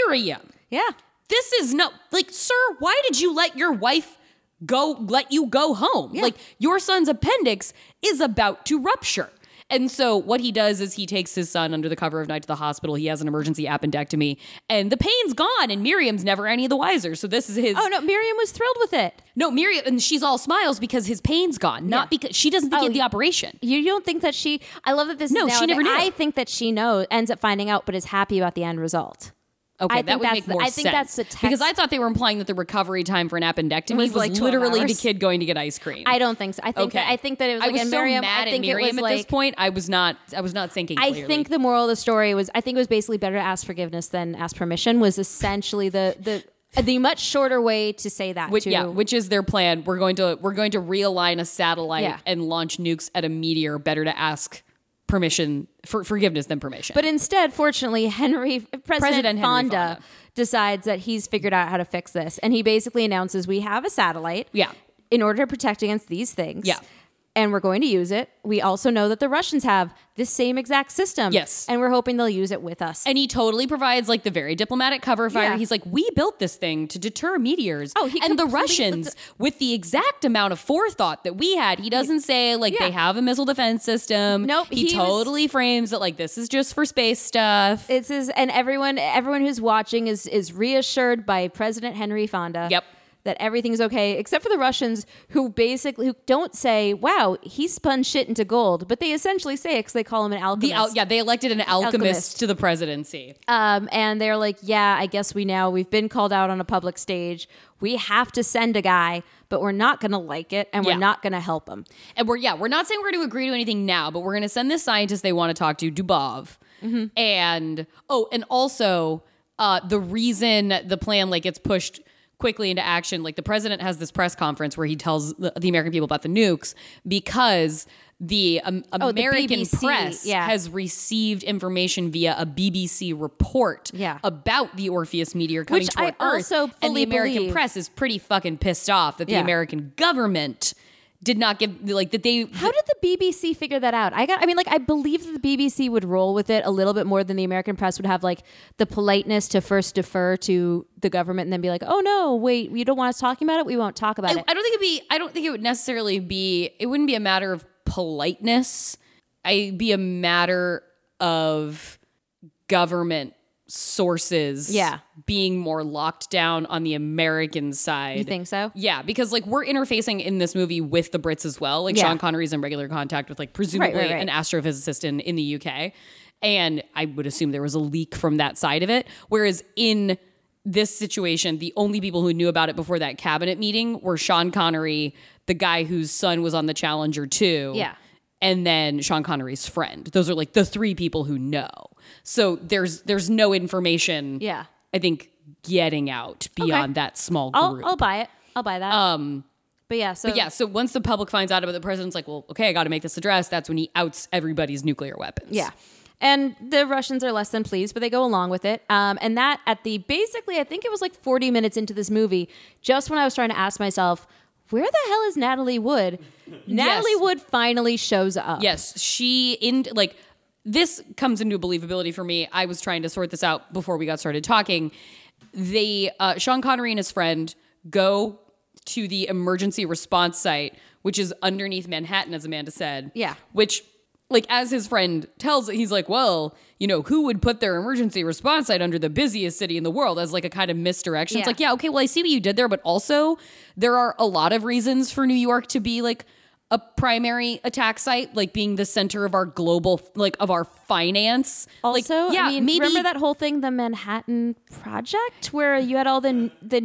[SPEAKER 2] Miriam,
[SPEAKER 1] yeah
[SPEAKER 2] this is no like, sir. Why did you let your wife? Go let you go home. Like your son's appendix is about to rupture. And so what he does is he takes his son under the cover of night to the hospital. He has an emergency appendectomy, and the pain's gone, and Miriam's never any the wiser. So this is his.
[SPEAKER 1] Oh no, Miriam was thrilled with it.
[SPEAKER 2] No, Miriam, and she's all smiles because his pain's gone, not because she doesn't think he
[SPEAKER 1] Oh,
[SPEAKER 2] had the
[SPEAKER 1] yeah.
[SPEAKER 2] operation.
[SPEAKER 1] You you don't think that she? I love that this.
[SPEAKER 2] No,
[SPEAKER 1] is now
[SPEAKER 2] she
[SPEAKER 1] a
[SPEAKER 2] never
[SPEAKER 1] thing.
[SPEAKER 2] knew.
[SPEAKER 1] I think that she knows, ends up finding out, but is happy about the end result.
[SPEAKER 2] Okay,
[SPEAKER 1] I
[SPEAKER 2] that
[SPEAKER 1] think
[SPEAKER 2] would
[SPEAKER 1] that's
[SPEAKER 2] make
[SPEAKER 1] the-
[SPEAKER 2] more
[SPEAKER 1] I think
[SPEAKER 2] sense.
[SPEAKER 1] that's the text-
[SPEAKER 2] Because I thought they were implying that the recovery time for an appendectomy was,
[SPEAKER 1] Was like 12
[SPEAKER 2] literally the
[SPEAKER 1] hours.
[SPEAKER 2] kid going to get ice cream.
[SPEAKER 1] I don't think so. I think that, I think that it was like
[SPEAKER 2] I was
[SPEAKER 1] and
[SPEAKER 2] so
[SPEAKER 1] Miriam.
[SPEAKER 2] mad
[SPEAKER 1] I think
[SPEAKER 2] at Miriam
[SPEAKER 1] it was
[SPEAKER 2] at
[SPEAKER 1] like
[SPEAKER 2] this point. I was not. I was not thinking.
[SPEAKER 1] I
[SPEAKER 2] clearly.
[SPEAKER 1] think the moral of the story was I think it was basically better to ask forgiveness than ask permission was essentially the the the much shorter way to say that
[SPEAKER 2] Which,
[SPEAKER 1] to
[SPEAKER 2] yeah, which is their plan. We're going to we're going to realign a satellite
[SPEAKER 1] Yeah.
[SPEAKER 2] and launch nukes at a meteor. Better to ask permission for forgiveness than permission.
[SPEAKER 1] but instead, fortunately, Henry President,
[SPEAKER 2] President Henry
[SPEAKER 1] Fonda,
[SPEAKER 2] Fonda.
[SPEAKER 1] decides that he's figured out how to fix this, and he basically announces we have a satellite.
[SPEAKER 2] Yeah.
[SPEAKER 1] In order to protect against these things.
[SPEAKER 2] Yeah.
[SPEAKER 1] And we're going to use it. We also know that the Russians have this same exact system.
[SPEAKER 2] Yes.
[SPEAKER 1] And we're hoping they'll use it with us.
[SPEAKER 2] and he totally provides like the very diplomatic cover fire.
[SPEAKER 1] Yeah.
[SPEAKER 2] He's like, we built this thing to deter meteors.
[SPEAKER 1] Oh, he
[SPEAKER 2] and the
[SPEAKER 1] completely-
[SPEAKER 2] Russians with the exact amount of forethought that we had. He doesn't say like
[SPEAKER 1] Yeah.
[SPEAKER 2] they have a missile defense system.
[SPEAKER 1] Nope,
[SPEAKER 2] he,
[SPEAKER 1] he was-
[SPEAKER 2] totally frames it like this is just for space stuff.
[SPEAKER 1] it's his, and everyone everyone who's watching is is reassured by President Henry Fonda.
[SPEAKER 2] Yep.
[SPEAKER 1] That everything's okay, except for the Russians, who basically who don't say, "Wow, he spun shit into gold," but they essentially say it because they call him an alchemist.
[SPEAKER 2] The al- yeah, they elected an alchemist,
[SPEAKER 1] Alchemist.
[SPEAKER 2] to the presidency.
[SPEAKER 1] Um, and they're like, yeah, I guess we now we've been called out on a public stage. We have to send a guy, but we're not going to like it, and
[SPEAKER 2] Yeah.
[SPEAKER 1] we're not going to help him.
[SPEAKER 2] And we're yeah, we're not saying we're going to agree to anything now, but we're going to send this scientist they want to talk to, Dubov.
[SPEAKER 1] Mm-hmm.
[SPEAKER 2] And oh, and also uh, the reason the plan like gets pushed quickly into action, like the president has this press conference where he tells the, the American people about the nukes because the um,
[SPEAKER 1] Oh, the
[SPEAKER 2] American
[SPEAKER 1] BBC,
[SPEAKER 2] press
[SPEAKER 1] yeah.
[SPEAKER 2] has received information via a BBC report
[SPEAKER 1] Yeah.
[SPEAKER 2] about the Orpheus meteor coming
[SPEAKER 1] Which I
[SPEAKER 2] toward Earth,
[SPEAKER 1] also
[SPEAKER 2] and the
[SPEAKER 1] fully
[SPEAKER 2] American
[SPEAKER 1] believe.
[SPEAKER 2] press is pretty fucking pissed off that the
[SPEAKER 1] Yeah.
[SPEAKER 2] American government did not give like that they
[SPEAKER 1] How did the BBC figure that out? I got I mean like I believe that the BBC would roll with it a little bit more than the American press would have like the politeness to first defer to the government and then be like, "Oh no, wait, you don't want us talking about it. We won't talk about
[SPEAKER 2] I,
[SPEAKER 1] it."
[SPEAKER 2] I don't think it'd be I don't think it would necessarily be it wouldn't be a matter of politeness. I'd be a matter of government sources
[SPEAKER 1] Yeah.
[SPEAKER 2] being more locked down on the American side.
[SPEAKER 1] you think so?
[SPEAKER 2] Yeah, because like we're interfacing in this movie with the Brits as well. Like
[SPEAKER 1] Yeah.
[SPEAKER 2] Sean Connery's in regular contact with like presumably
[SPEAKER 1] right, right.
[SPEAKER 2] an astrophysicist in, in the UK. And I would assume there was a leak from that side of it. Whereas in this situation, the only people who knew about it before that cabinet meeting were Sean Connery, the guy whose son was on the Challenger 2.
[SPEAKER 1] Yeah.
[SPEAKER 2] And then Sean Connery's friend. Those are like the three people who know. So there's there's no information.
[SPEAKER 1] Yeah.
[SPEAKER 2] I think getting out beyond that small
[SPEAKER 1] I'll
[SPEAKER 2] group.
[SPEAKER 1] I'll buy it. I'll buy that. Um but yeah, so
[SPEAKER 2] But yeah, so once the public finds out about it, the president's like, well, okay, I got to make this address. That's when he outs everybody's nuclear weapons.
[SPEAKER 1] Yeah. And the Russians are less than pleased, but they go along with it. Um, and that at the basically, I think it was like 40 minutes into this movie, just when I was trying to ask myself, where the hell is Natalie Wood? Natalie Wood finally shows up.
[SPEAKER 2] Yes, she in like this comes into believability for me. I was trying to sort this out before we got started talking. They uh, Sean Connery and his friend go to the emergency response site, which is underneath Manhattan, as Amanda said.
[SPEAKER 1] Yeah.
[SPEAKER 2] Which, like, as his friend tells, he's like, well, you know, who would put their emergency response site under the busiest city in the world as like a kind of misdirection? It's
[SPEAKER 1] Yeah.
[SPEAKER 2] like, yeah, okay, well, I see what you did there, but also there are a lot of reasons for New York to be like a primary attack site, like being the center of our global, like of our finance. Like,
[SPEAKER 1] Also, I mean, remember that whole thing, the Manhattan Project, where you had all the the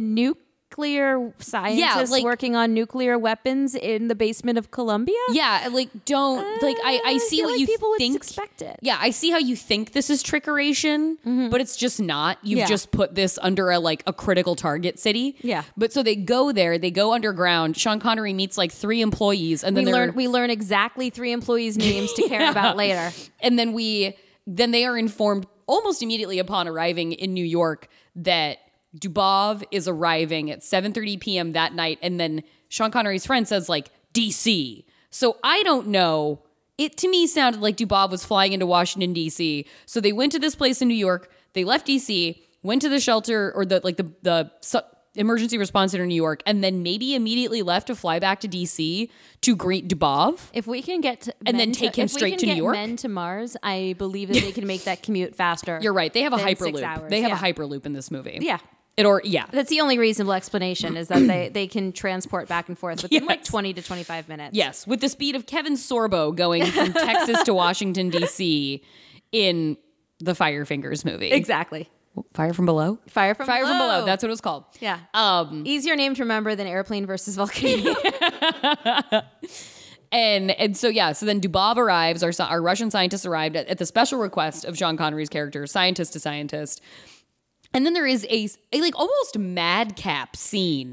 [SPEAKER 1] nuclear scientists
[SPEAKER 2] like-
[SPEAKER 1] working on nuclear weapons in the basement of Columbia?
[SPEAKER 2] Yeah, like don't like I, I
[SPEAKER 1] I
[SPEAKER 2] see
[SPEAKER 1] feel
[SPEAKER 2] what
[SPEAKER 1] like
[SPEAKER 2] you
[SPEAKER 1] people would
[SPEAKER 2] think.
[SPEAKER 1] suspect it. Mm-hmm.
[SPEAKER 2] Yeah, I see how you think this is trickeration, but it's just not. You've
[SPEAKER 1] Yeah.
[SPEAKER 2] just put this under a like a critical target city.
[SPEAKER 1] Yeah.
[SPEAKER 2] But so they go there, they go underground. Sean Connery meets like three employees, and then
[SPEAKER 1] We
[SPEAKER 2] they're-
[SPEAKER 1] learn we learn exactly three employees' names to care about later.
[SPEAKER 2] and then we then they are informed almost immediately upon arriving in New York that Dubov is arriving at 7:30 p.m. that night and then Sean Connery's friend says like DC. So I don't know. It to me sounded like Dubov was flying into Washington DC. So they went to this place in New York, they left DC, went to the shelter or the like the the su- emergency response center in New York, and then maybe immediately left to fly back to DC to greet Dubov.
[SPEAKER 1] If we can get to
[SPEAKER 2] And
[SPEAKER 1] men
[SPEAKER 2] then take
[SPEAKER 1] to,
[SPEAKER 2] him
[SPEAKER 1] if we
[SPEAKER 2] straight
[SPEAKER 1] can
[SPEAKER 2] to New
[SPEAKER 1] get
[SPEAKER 2] York?
[SPEAKER 1] Men to Mars, I believe that they can make that commute faster.
[SPEAKER 2] You're right. They have a
[SPEAKER 1] than six
[SPEAKER 2] hyperloop.
[SPEAKER 1] hours.
[SPEAKER 2] They have
[SPEAKER 1] Yeah.
[SPEAKER 2] a hyperloop in this movie.
[SPEAKER 1] Yeah.
[SPEAKER 2] It or yeah.
[SPEAKER 1] That's the only reasonable explanation is that they, they can transport back and forth within like
[SPEAKER 2] Yes.
[SPEAKER 1] 20 to 25 minutes.
[SPEAKER 2] Yes, with the speed of Kevin Sorbo going from Texas to Washington D.C. in the Firefingers movie.
[SPEAKER 1] Exactly.
[SPEAKER 2] Fire from below.
[SPEAKER 1] Fire from
[SPEAKER 2] Fire
[SPEAKER 1] below.
[SPEAKER 2] from below. That's what it was called.
[SPEAKER 1] yeah.
[SPEAKER 2] Um,
[SPEAKER 1] Easier name to remember than airplane versus volcano.
[SPEAKER 2] and and so yeah, so then Dubov arrives. Our sci- our Russian scientist arrived at, at the special request of Sean Connery's character, scientist to scientist. And then there is a, s- a, like almost madcap scene.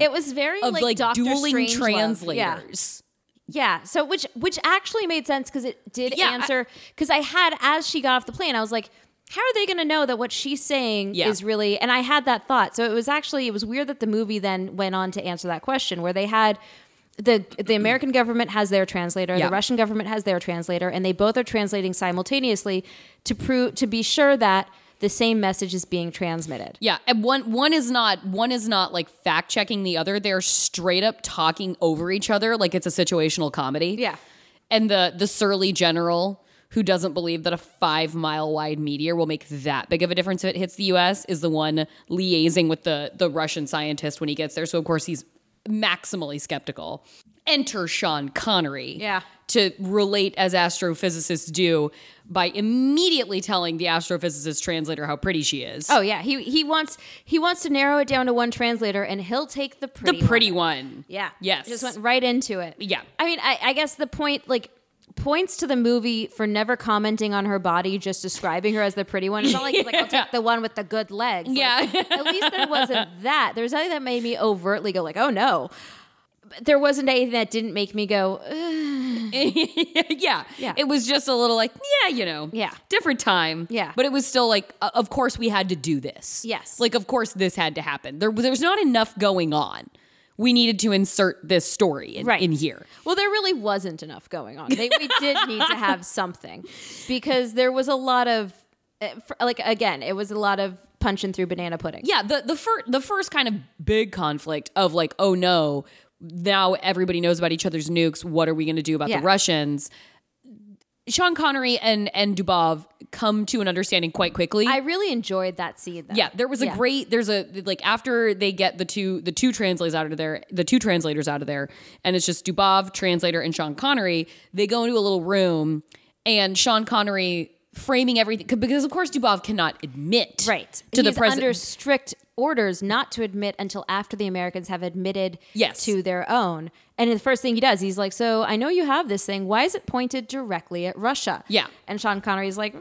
[SPEAKER 1] it was very
[SPEAKER 2] of
[SPEAKER 1] like,
[SPEAKER 2] like,
[SPEAKER 1] Dr.
[SPEAKER 2] dueling
[SPEAKER 1] Strangelove. Yeah.
[SPEAKER 2] translators.
[SPEAKER 1] Yeah. So which which actually made sense because it did
[SPEAKER 2] Yeah, I-
[SPEAKER 1] answer because I had as she got off the plane, I was like, how are they going to know that what she's saying
[SPEAKER 2] Yeah.
[SPEAKER 1] is really? And I had that thought. So it was actually it was weird that the movie then went on to answer that question where they had. The, the American government has their translator,
[SPEAKER 2] Yeah.
[SPEAKER 1] the Russian government has their translator, and they both are translating simultaneously to prove to be sure that the same message is being transmitted.
[SPEAKER 2] Yeah, and one one is not one is not like fact checking the other. They're straight up talking over each other like it's a situational comedy.
[SPEAKER 1] Yeah.
[SPEAKER 2] And the the surly general who doesn't believe that a 5 mile wide meteor will make that big of a difference if it hits the US is the one liaising with the the Russian scientist when he gets there. So of course he's maximally skeptical. Enter Sean Connery
[SPEAKER 1] Yeah.
[SPEAKER 2] to relate as astrophysicists do by immediately telling the astrophysicist translator how pretty she is.
[SPEAKER 1] Oh yeah, he he wants he wants to narrow it down to one translator, and he'll take the pretty
[SPEAKER 2] the pretty
[SPEAKER 1] one.
[SPEAKER 2] one.
[SPEAKER 1] Yeah.
[SPEAKER 2] Yes.
[SPEAKER 1] Just went right into it.
[SPEAKER 2] Yeah.
[SPEAKER 1] I mean, I, I guess the point, like, points to the movie for never commenting on her body, just describing her as the pretty one. It's not like, it's like I'll take the one with the good legs. Like,
[SPEAKER 2] Yeah.
[SPEAKER 1] at least there wasn't that. There was nothing that made me overtly go, like, oh no. But there wasn't anything that didn't make me go, "Uh." "Ugh."
[SPEAKER 2] yeah.
[SPEAKER 1] Yeah.
[SPEAKER 2] It was just a little like, yeah, you know.
[SPEAKER 1] Yeah.
[SPEAKER 2] Different time.
[SPEAKER 1] Yeah.
[SPEAKER 2] But it was still like, uh, of course we had to do this.
[SPEAKER 1] Yes.
[SPEAKER 2] Like, of course this had to happen. There, there's not enough going on. We needed to insert this story in,
[SPEAKER 1] Right.
[SPEAKER 2] in here.
[SPEAKER 1] Well, there really wasn't enough going on. They, we did need to have something because there was a lot of, eh, fr- like, again, it was a lot of punching through banana pudding.
[SPEAKER 2] Yeah, the the first the first kind of big conflict of like, oh no, now everybody knows about each other's nukes. What are we going to do about
[SPEAKER 1] Yeah.
[SPEAKER 2] the Russians? Sean Connery and and Dubov come to an understanding quite quickly.
[SPEAKER 1] I really enjoyed that scene. Though.
[SPEAKER 2] Yeah, there was a
[SPEAKER 1] Yeah.
[SPEAKER 2] great. There's a like after they get the two the two translators out of there, the two translators out of there, and it's just Dubov translator and Sean Connery. They go into a little room, and Sean Connery framing everything because of course Dubov cannot admit
[SPEAKER 1] right
[SPEAKER 2] to
[SPEAKER 1] He's
[SPEAKER 2] the president.
[SPEAKER 1] under strict orders not to admit until after the Americans have admitted
[SPEAKER 2] Yes.
[SPEAKER 1] to their own. And the first thing he does, he's like, "So I know you have this thing. Why is it pointed directly at Russia?"
[SPEAKER 2] Yeah.
[SPEAKER 1] and Sean Connery's like, "Mm,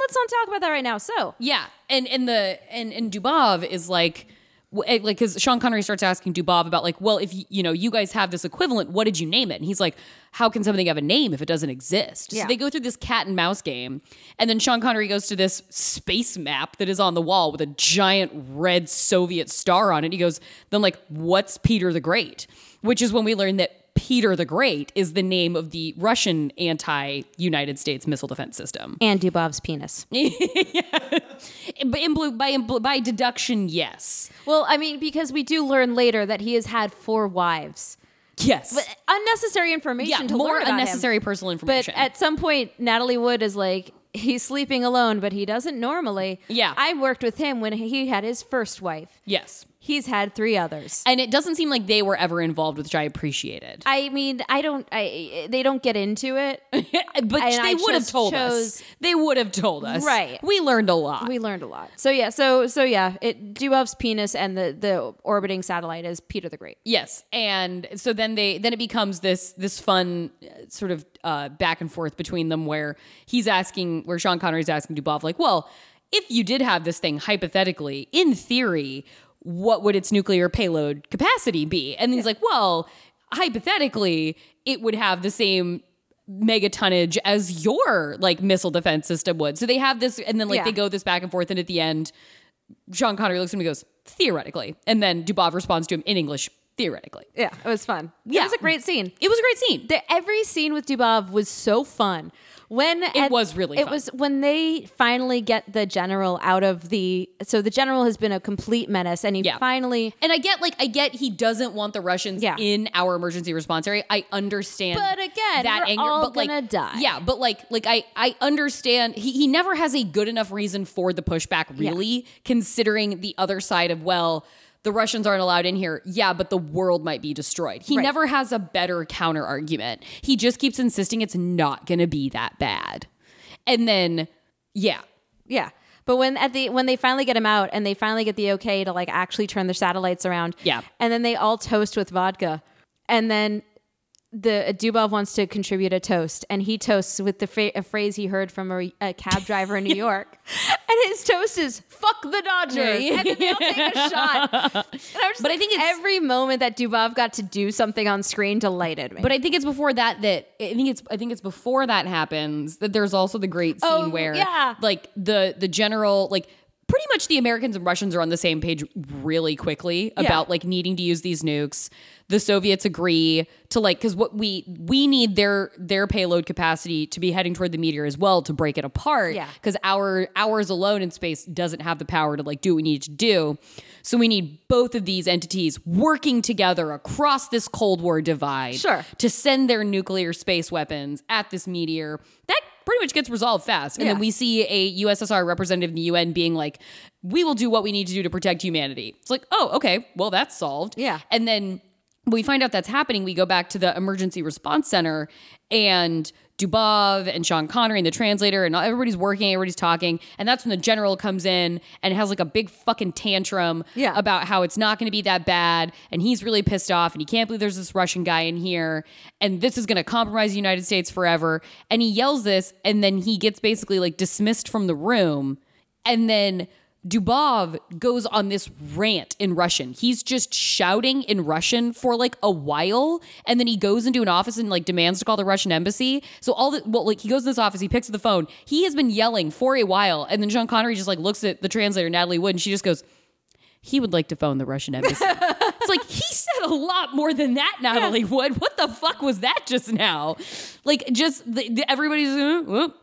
[SPEAKER 1] "Let's not talk about that right now." So
[SPEAKER 2] Yeah, and and the and and Dubov is like. w- eh, Like, because Sean Connery starts asking Dubov about, like, well, if y- you know, you guys have this equivalent, what did you name it? And he's like, how can something have a name if it doesn't exist?
[SPEAKER 1] Yeah.
[SPEAKER 2] So they go through this cat and mouse game, and then Sean Connery goes to this space map that is on the wall with a giant red Soviet star on it. He goes, then like, what's Peter the Great? Which is when we learn that Peter the Great is the name of the Russian anti-United States missile defense system.
[SPEAKER 1] and Dubov's penis.
[SPEAKER 2] By, impl- by, impl- by deduction, yes.
[SPEAKER 1] well, I mean, because we do learn later that he has had four wives.
[SPEAKER 2] Yes.
[SPEAKER 1] Unnecessary information.
[SPEAKER 2] yeah,
[SPEAKER 1] to
[SPEAKER 2] more
[SPEAKER 1] learn about him.
[SPEAKER 2] unnecessary personal
[SPEAKER 1] But
[SPEAKER 2] information.
[SPEAKER 1] at some point, Natalie Wood is like, he's sleeping alone, but he doesn't normally.
[SPEAKER 2] Yeah.
[SPEAKER 1] I worked with him when he had his first wife.
[SPEAKER 2] yes.
[SPEAKER 1] He's had three others.
[SPEAKER 2] And it doesn't seem like they were ever involved, which I appreciated.
[SPEAKER 1] I mean, I don't. I they don't get into it.
[SPEAKER 2] but
[SPEAKER 1] and I
[SPEAKER 2] they would have
[SPEAKER 1] just
[SPEAKER 2] told
[SPEAKER 1] chose-
[SPEAKER 2] us. They would have told us.
[SPEAKER 1] Right.
[SPEAKER 2] We learned a lot.
[SPEAKER 1] we learned a lot. So yeah. So so yeah. It Dubov's penis and the the orbiting satellite is Peter the Great.
[SPEAKER 2] yes. And so then they then it becomes this this fun uh, sort of uh, back and forth between them where he's asking where Sean Connery's asking Dubov like, "Well, if you did have this thing hypothetically, in theory, what would its nuclear payload capacity be?" And he's like, "Well, hypothetically, it would have the same megatonnage as your like missile defense system would. So they have this, and then like
[SPEAKER 1] Yeah.
[SPEAKER 2] they go this back and forth, and at the end, Sean Connery looks at him and goes, theoretically, and then Dubov responds to him in English, theoretically.
[SPEAKER 1] Yeah, it was fun. It
[SPEAKER 2] Yeah.
[SPEAKER 1] was a great scene.
[SPEAKER 2] It was a great scene.
[SPEAKER 1] The, every scene with Dubov was so fun. when it
[SPEAKER 2] was really
[SPEAKER 1] it
[SPEAKER 2] fun.
[SPEAKER 1] was when they finally get the general out of the so the general has been a complete menace and he
[SPEAKER 2] Yeah.
[SPEAKER 1] finally
[SPEAKER 2] And I get like I get he doesn't want the Russians
[SPEAKER 1] Yeah.
[SPEAKER 2] in our emergency response area. I understand.
[SPEAKER 1] But again, we're all gonna
[SPEAKER 2] like,
[SPEAKER 1] die.
[SPEAKER 2] Yeah, but like like I I understand he he never has a good enough reason for the pushback really considering the other side of well the Russians aren't allowed in here. Yeah, but the world might be destroyed. He
[SPEAKER 1] Right.
[SPEAKER 2] never has a better counter argument. He just keeps insisting it's not going to be that bad. And then yeah,
[SPEAKER 1] yeah but when at the when they finally get him out and they finally get the okay to like actually turn their satellites around
[SPEAKER 2] Yeah.
[SPEAKER 1] and then they all toast with vodka and then the uh, Dubov wants to contribute a toast, and he toasts with the fra- a phrase he heard from a, a cab driver in New York, and his toast is "fuck the Dodgers,"
[SPEAKER 2] Yeah.
[SPEAKER 1] and then they all take a shot. And I was just
[SPEAKER 2] But I
[SPEAKER 1] like,
[SPEAKER 2] think it's-
[SPEAKER 1] every moment that Dubov got to do something on screen delighted me.
[SPEAKER 2] But I think it's before that that I think it's I think it's before that happens that there's also the great scene
[SPEAKER 1] Oh,
[SPEAKER 2] where
[SPEAKER 1] yeah.
[SPEAKER 2] like the the general like pretty much the Americans and Russians are on the same page really quickly
[SPEAKER 1] Yeah.
[SPEAKER 2] about like needing to use these nukes. The Soviets agree to like cuz what we we need their their payload capacity to be heading toward the meteor as well to break it apart
[SPEAKER 1] Yeah.
[SPEAKER 2] cuz our ours alone in space doesn't have the power to like do what we need to do. So we need both of these entities working together across this Cold War divide
[SPEAKER 1] Sure.
[SPEAKER 2] to send their nuclear space weapons at this meteor. That pretty much gets resolved fast. And then
[SPEAKER 1] Yeah.
[SPEAKER 2] we see a USSR representative in the UN being like, we will do what we need to do to protect humanity. It's like, oh, okay, well, that's solved.
[SPEAKER 1] Yeah.
[SPEAKER 2] And then when we find out that's happening, we go back to the emergency response center and Dubov and Sean Connery and the translator and everybody's working, everybody's talking. And that's when the general comes in and has like a big fucking tantrum
[SPEAKER 1] Yeah.
[SPEAKER 2] about about how it's not going to be that bad and he's really pissed off and he can't believe there's this Russian guy in here and this is going to compromise the United States forever and he yells this and then he gets basically like dismissed from the room and then Dubov goes on this rant in Russian. He's just shouting in Russian for like a while, and then he goes into an office and like demands to call the Russian embassy. So all the well, like he goes to this office, he picks up the phone. He has been yelling for a while, and then Sean Connery just like looks at the translator Natalie Wood, and she just goes, he would like to phone the Russian embassy. it's like he said a lot more than that, Natalie Wood. What the fuck was that just now? Like, just the, the, everybody's. uh, whoop.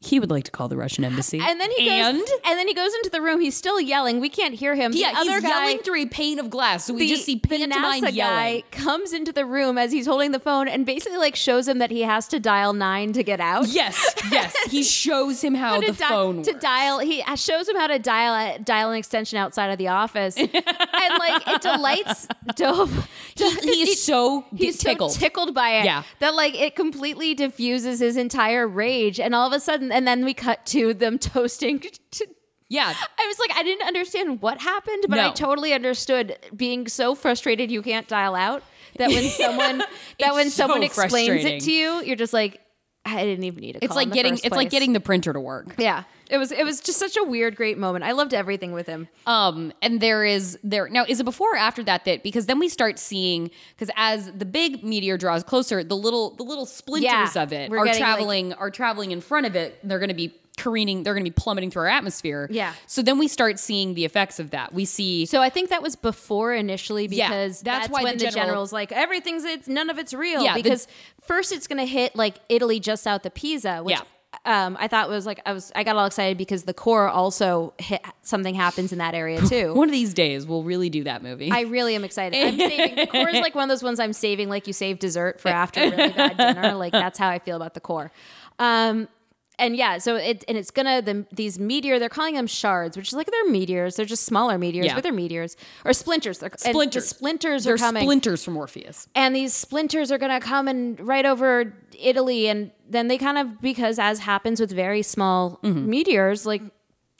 [SPEAKER 2] He would like to call the Russian embassy.
[SPEAKER 1] and then he
[SPEAKER 2] and
[SPEAKER 1] goes, and then he goes into the room. He's still yelling. We can't hear him.
[SPEAKER 2] yeah,
[SPEAKER 1] the other
[SPEAKER 2] he's
[SPEAKER 1] guy,
[SPEAKER 2] yelling through a pane of glass. So we just see
[SPEAKER 1] the
[SPEAKER 2] pantomime
[SPEAKER 1] NASA
[SPEAKER 2] yelling.
[SPEAKER 1] guy comes into the room as he's holding the phone and basically like shows him that he has to dial nine to get out.
[SPEAKER 2] Yes, yes. He shows him how
[SPEAKER 1] to
[SPEAKER 2] Oh, the
[SPEAKER 1] di-
[SPEAKER 2] phone
[SPEAKER 1] to
[SPEAKER 2] works.
[SPEAKER 1] dial. He shows him how to dial uh, dial an extension outside of the office, and like it delights Dope.
[SPEAKER 2] he's so
[SPEAKER 1] he's
[SPEAKER 2] tickled.
[SPEAKER 1] so tickled by it
[SPEAKER 2] Yeah.
[SPEAKER 1] that like it completely diffuses his entire rage, and all of a sudden, and then we cut to them toasting. To,
[SPEAKER 2] Yeah.
[SPEAKER 1] I was like, I didn't understand what happened, but I
[SPEAKER 2] No.
[SPEAKER 1] totally understood being so frustrated you can't dial out. That when someone that when
[SPEAKER 2] It's
[SPEAKER 1] someone
[SPEAKER 2] so
[SPEAKER 1] explains it
[SPEAKER 2] frustrating.
[SPEAKER 1] to you, you're just like, I didn't even need a.
[SPEAKER 2] It's like getting it's like getting the printer to work.
[SPEAKER 1] yeah, it was it was just such a weird, great moment. I loved everything with him.
[SPEAKER 2] Um, and there is there now is it before or after that that because then we start seeing because as the big meteor draws closer, the little the little splinters
[SPEAKER 1] Yeah,
[SPEAKER 2] of it
[SPEAKER 1] we're
[SPEAKER 2] are
[SPEAKER 1] getting, like-
[SPEAKER 2] traveling are traveling in front of it. They're going to be careening. They're going to be plummeting through our atmosphere.
[SPEAKER 1] Yeah.
[SPEAKER 2] So then we start seeing the effects of that. We see
[SPEAKER 1] So I think that was before initially because
[SPEAKER 2] Yeah,
[SPEAKER 1] that's,
[SPEAKER 2] that's why
[SPEAKER 1] when
[SPEAKER 2] the
[SPEAKER 1] the,
[SPEAKER 2] general-
[SPEAKER 1] general's like everything's it's none of it's real
[SPEAKER 2] Yeah, the-
[SPEAKER 1] because first it's gonna hit like Italy just out the Pisa which
[SPEAKER 2] Yeah.
[SPEAKER 1] um, I thought was like I was I got all excited because the core also hit something happens in that area too.
[SPEAKER 2] one of these days we'll really do that movie.
[SPEAKER 1] I really am excited. I'm saving the core is like one of those ones I'm saving, like you save dessert for after a really bad dinner. Like that's how I feel about the core. Um, and yeah, so it and it's gonna the, these meteor. They're calling them shards, which is like they're meteors. They're just smaller meteors,
[SPEAKER 2] Yeah.
[SPEAKER 1] but they're meteors or splinters. They're, and
[SPEAKER 2] Splinters.
[SPEAKER 1] the splinters
[SPEAKER 2] They're
[SPEAKER 1] are coming,
[SPEAKER 2] splinters from Orpheus.
[SPEAKER 1] and these splinters are gonna come and right over Italy, and then they kind of because as happens with very small
[SPEAKER 2] Mm-hmm.
[SPEAKER 1] meteors, like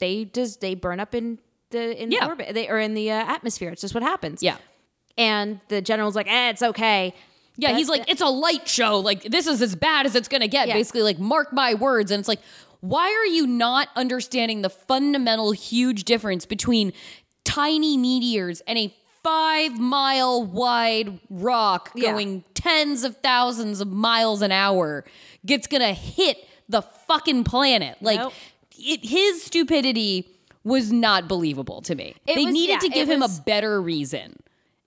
[SPEAKER 1] they just they burn up in the in
[SPEAKER 2] Yeah.
[SPEAKER 1] the orbit they or in the uh, atmosphere. It's just what happens.
[SPEAKER 2] Yeah.
[SPEAKER 1] And the general's like, eh, it's okay.
[SPEAKER 2] Yeah, he's like, it's a light show. Like, this is as bad as it's going to get.
[SPEAKER 1] Yeah.
[SPEAKER 2] Basically, like, mark my words. And it's like, why are you not understanding the fundamental, huge difference between tiny meteors and a five mile wide rock
[SPEAKER 1] Yeah.
[SPEAKER 2] going tens of thousands of miles an hour gets going to hit the fucking planet? Like,
[SPEAKER 1] Nope.
[SPEAKER 2] it, his stupidity was not believable to me.
[SPEAKER 1] It
[SPEAKER 2] they
[SPEAKER 1] was-
[SPEAKER 2] needed
[SPEAKER 1] yeah,
[SPEAKER 2] to give
[SPEAKER 1] it
[SPEAKER 2] him
[SPEAKER 1] was-
[SPEAKER 2] a better reason.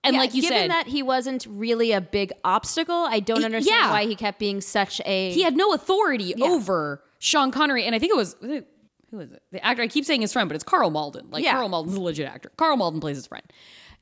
[SPEAKER 2] And
[SPEAKER 1] Yeah,
[SPEAKER 2] like you
[SPEAKER 1] given
[SPEAKER 2] said,
[SPEAKER 1] that he wasn't really a big obstacle, I don't
[SPEAKER 2] Y-
[SPEAKER 1] understand
[SPEAKER 2] yeah.
[SPEAKER 1] why he kept being such a.
[SPEAKER 2] he had no authority
[SPEAKER 1] Yeah.
[SPEAKER 2] over Sean Connery. And I think it was was it- who is it? The actor I keep saying his friend, but it's Carl Malden. Like
[SPEAKER 1] Yeah.
[SPEAKER 2] Carl Malden's a legit actor. Carl Malden plays his friend.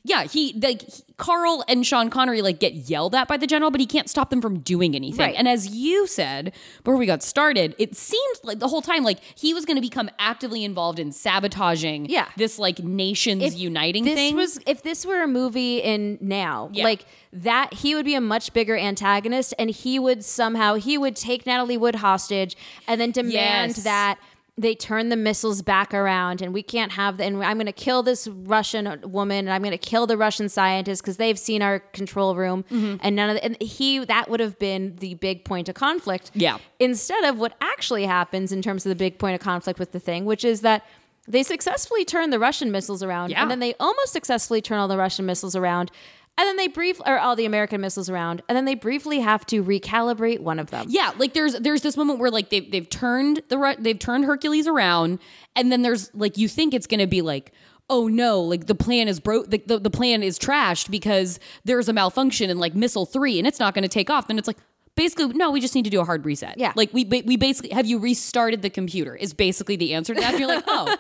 [SPEAKER 2] Yeah, he like he- Carl and Sean Connery like get yelled at by the general, but he can't stop them from doing anything.
[SPEAKER 1] Right.
[SPEAKER 2] And as you said before we got started, it seemed like the whole time like he was going to become actively involved in sabotaging
[SPEAKER 1] Yeah.
[SPEAKER 2] this like nations
[SPEAKER 1] if
[SPEAKER 2] uniting
[SPEAKER 1] this
[SPEAKER 2] thing.
[SPEAKER 1] was if this were a movie in now
[SPEAKER 2] Yeah.
[SPEAKER 1] like that he would be a much bigger antagonist and he would somehow he would take natalie wood hostage and then demand
[SPEAKER 2] Yes.
[SPEAKER 1] that they turn the missiles back around and we can't have the, and i'm going to kill this russian woman and i'm going to kill the russian scientists because they've seen our control room
[SPEAKER 2] Mm-hmm.
[SPEAKER 1] and none of the, and he that would have been the big point of conflict
[SPEAKER 2] Yeah.
[SPEAKER 1] instead of what actually happens in terms of the big point of conflict with the thing, which is that they successfully turn the Russian missiles around,
[SPEAKER 2] Yeah.
[SPEAKER 1] and then they almost successfully turn all the Russian missiles around, and then they brief or all the American missiles around, and then they briefly have to recalibrate one of them.
[SPEAKER 2] Yeah, like there's there's this moment where like they've they've turned the Ru- they've turned Hercules around, and then there's like you think it's gonna be like. Oh no! Like the plan is broke. The, the, the plan is trashed because there's a malfunction in like missile three, and it's not going to take off. Then it's like basically no. We just need to do a hard reset.
[SPEAKER 1] Yeah.
[SPEAKER 2] Like we ba- we basically have you restarted the computer is basically the answer to that. And you're like, oh,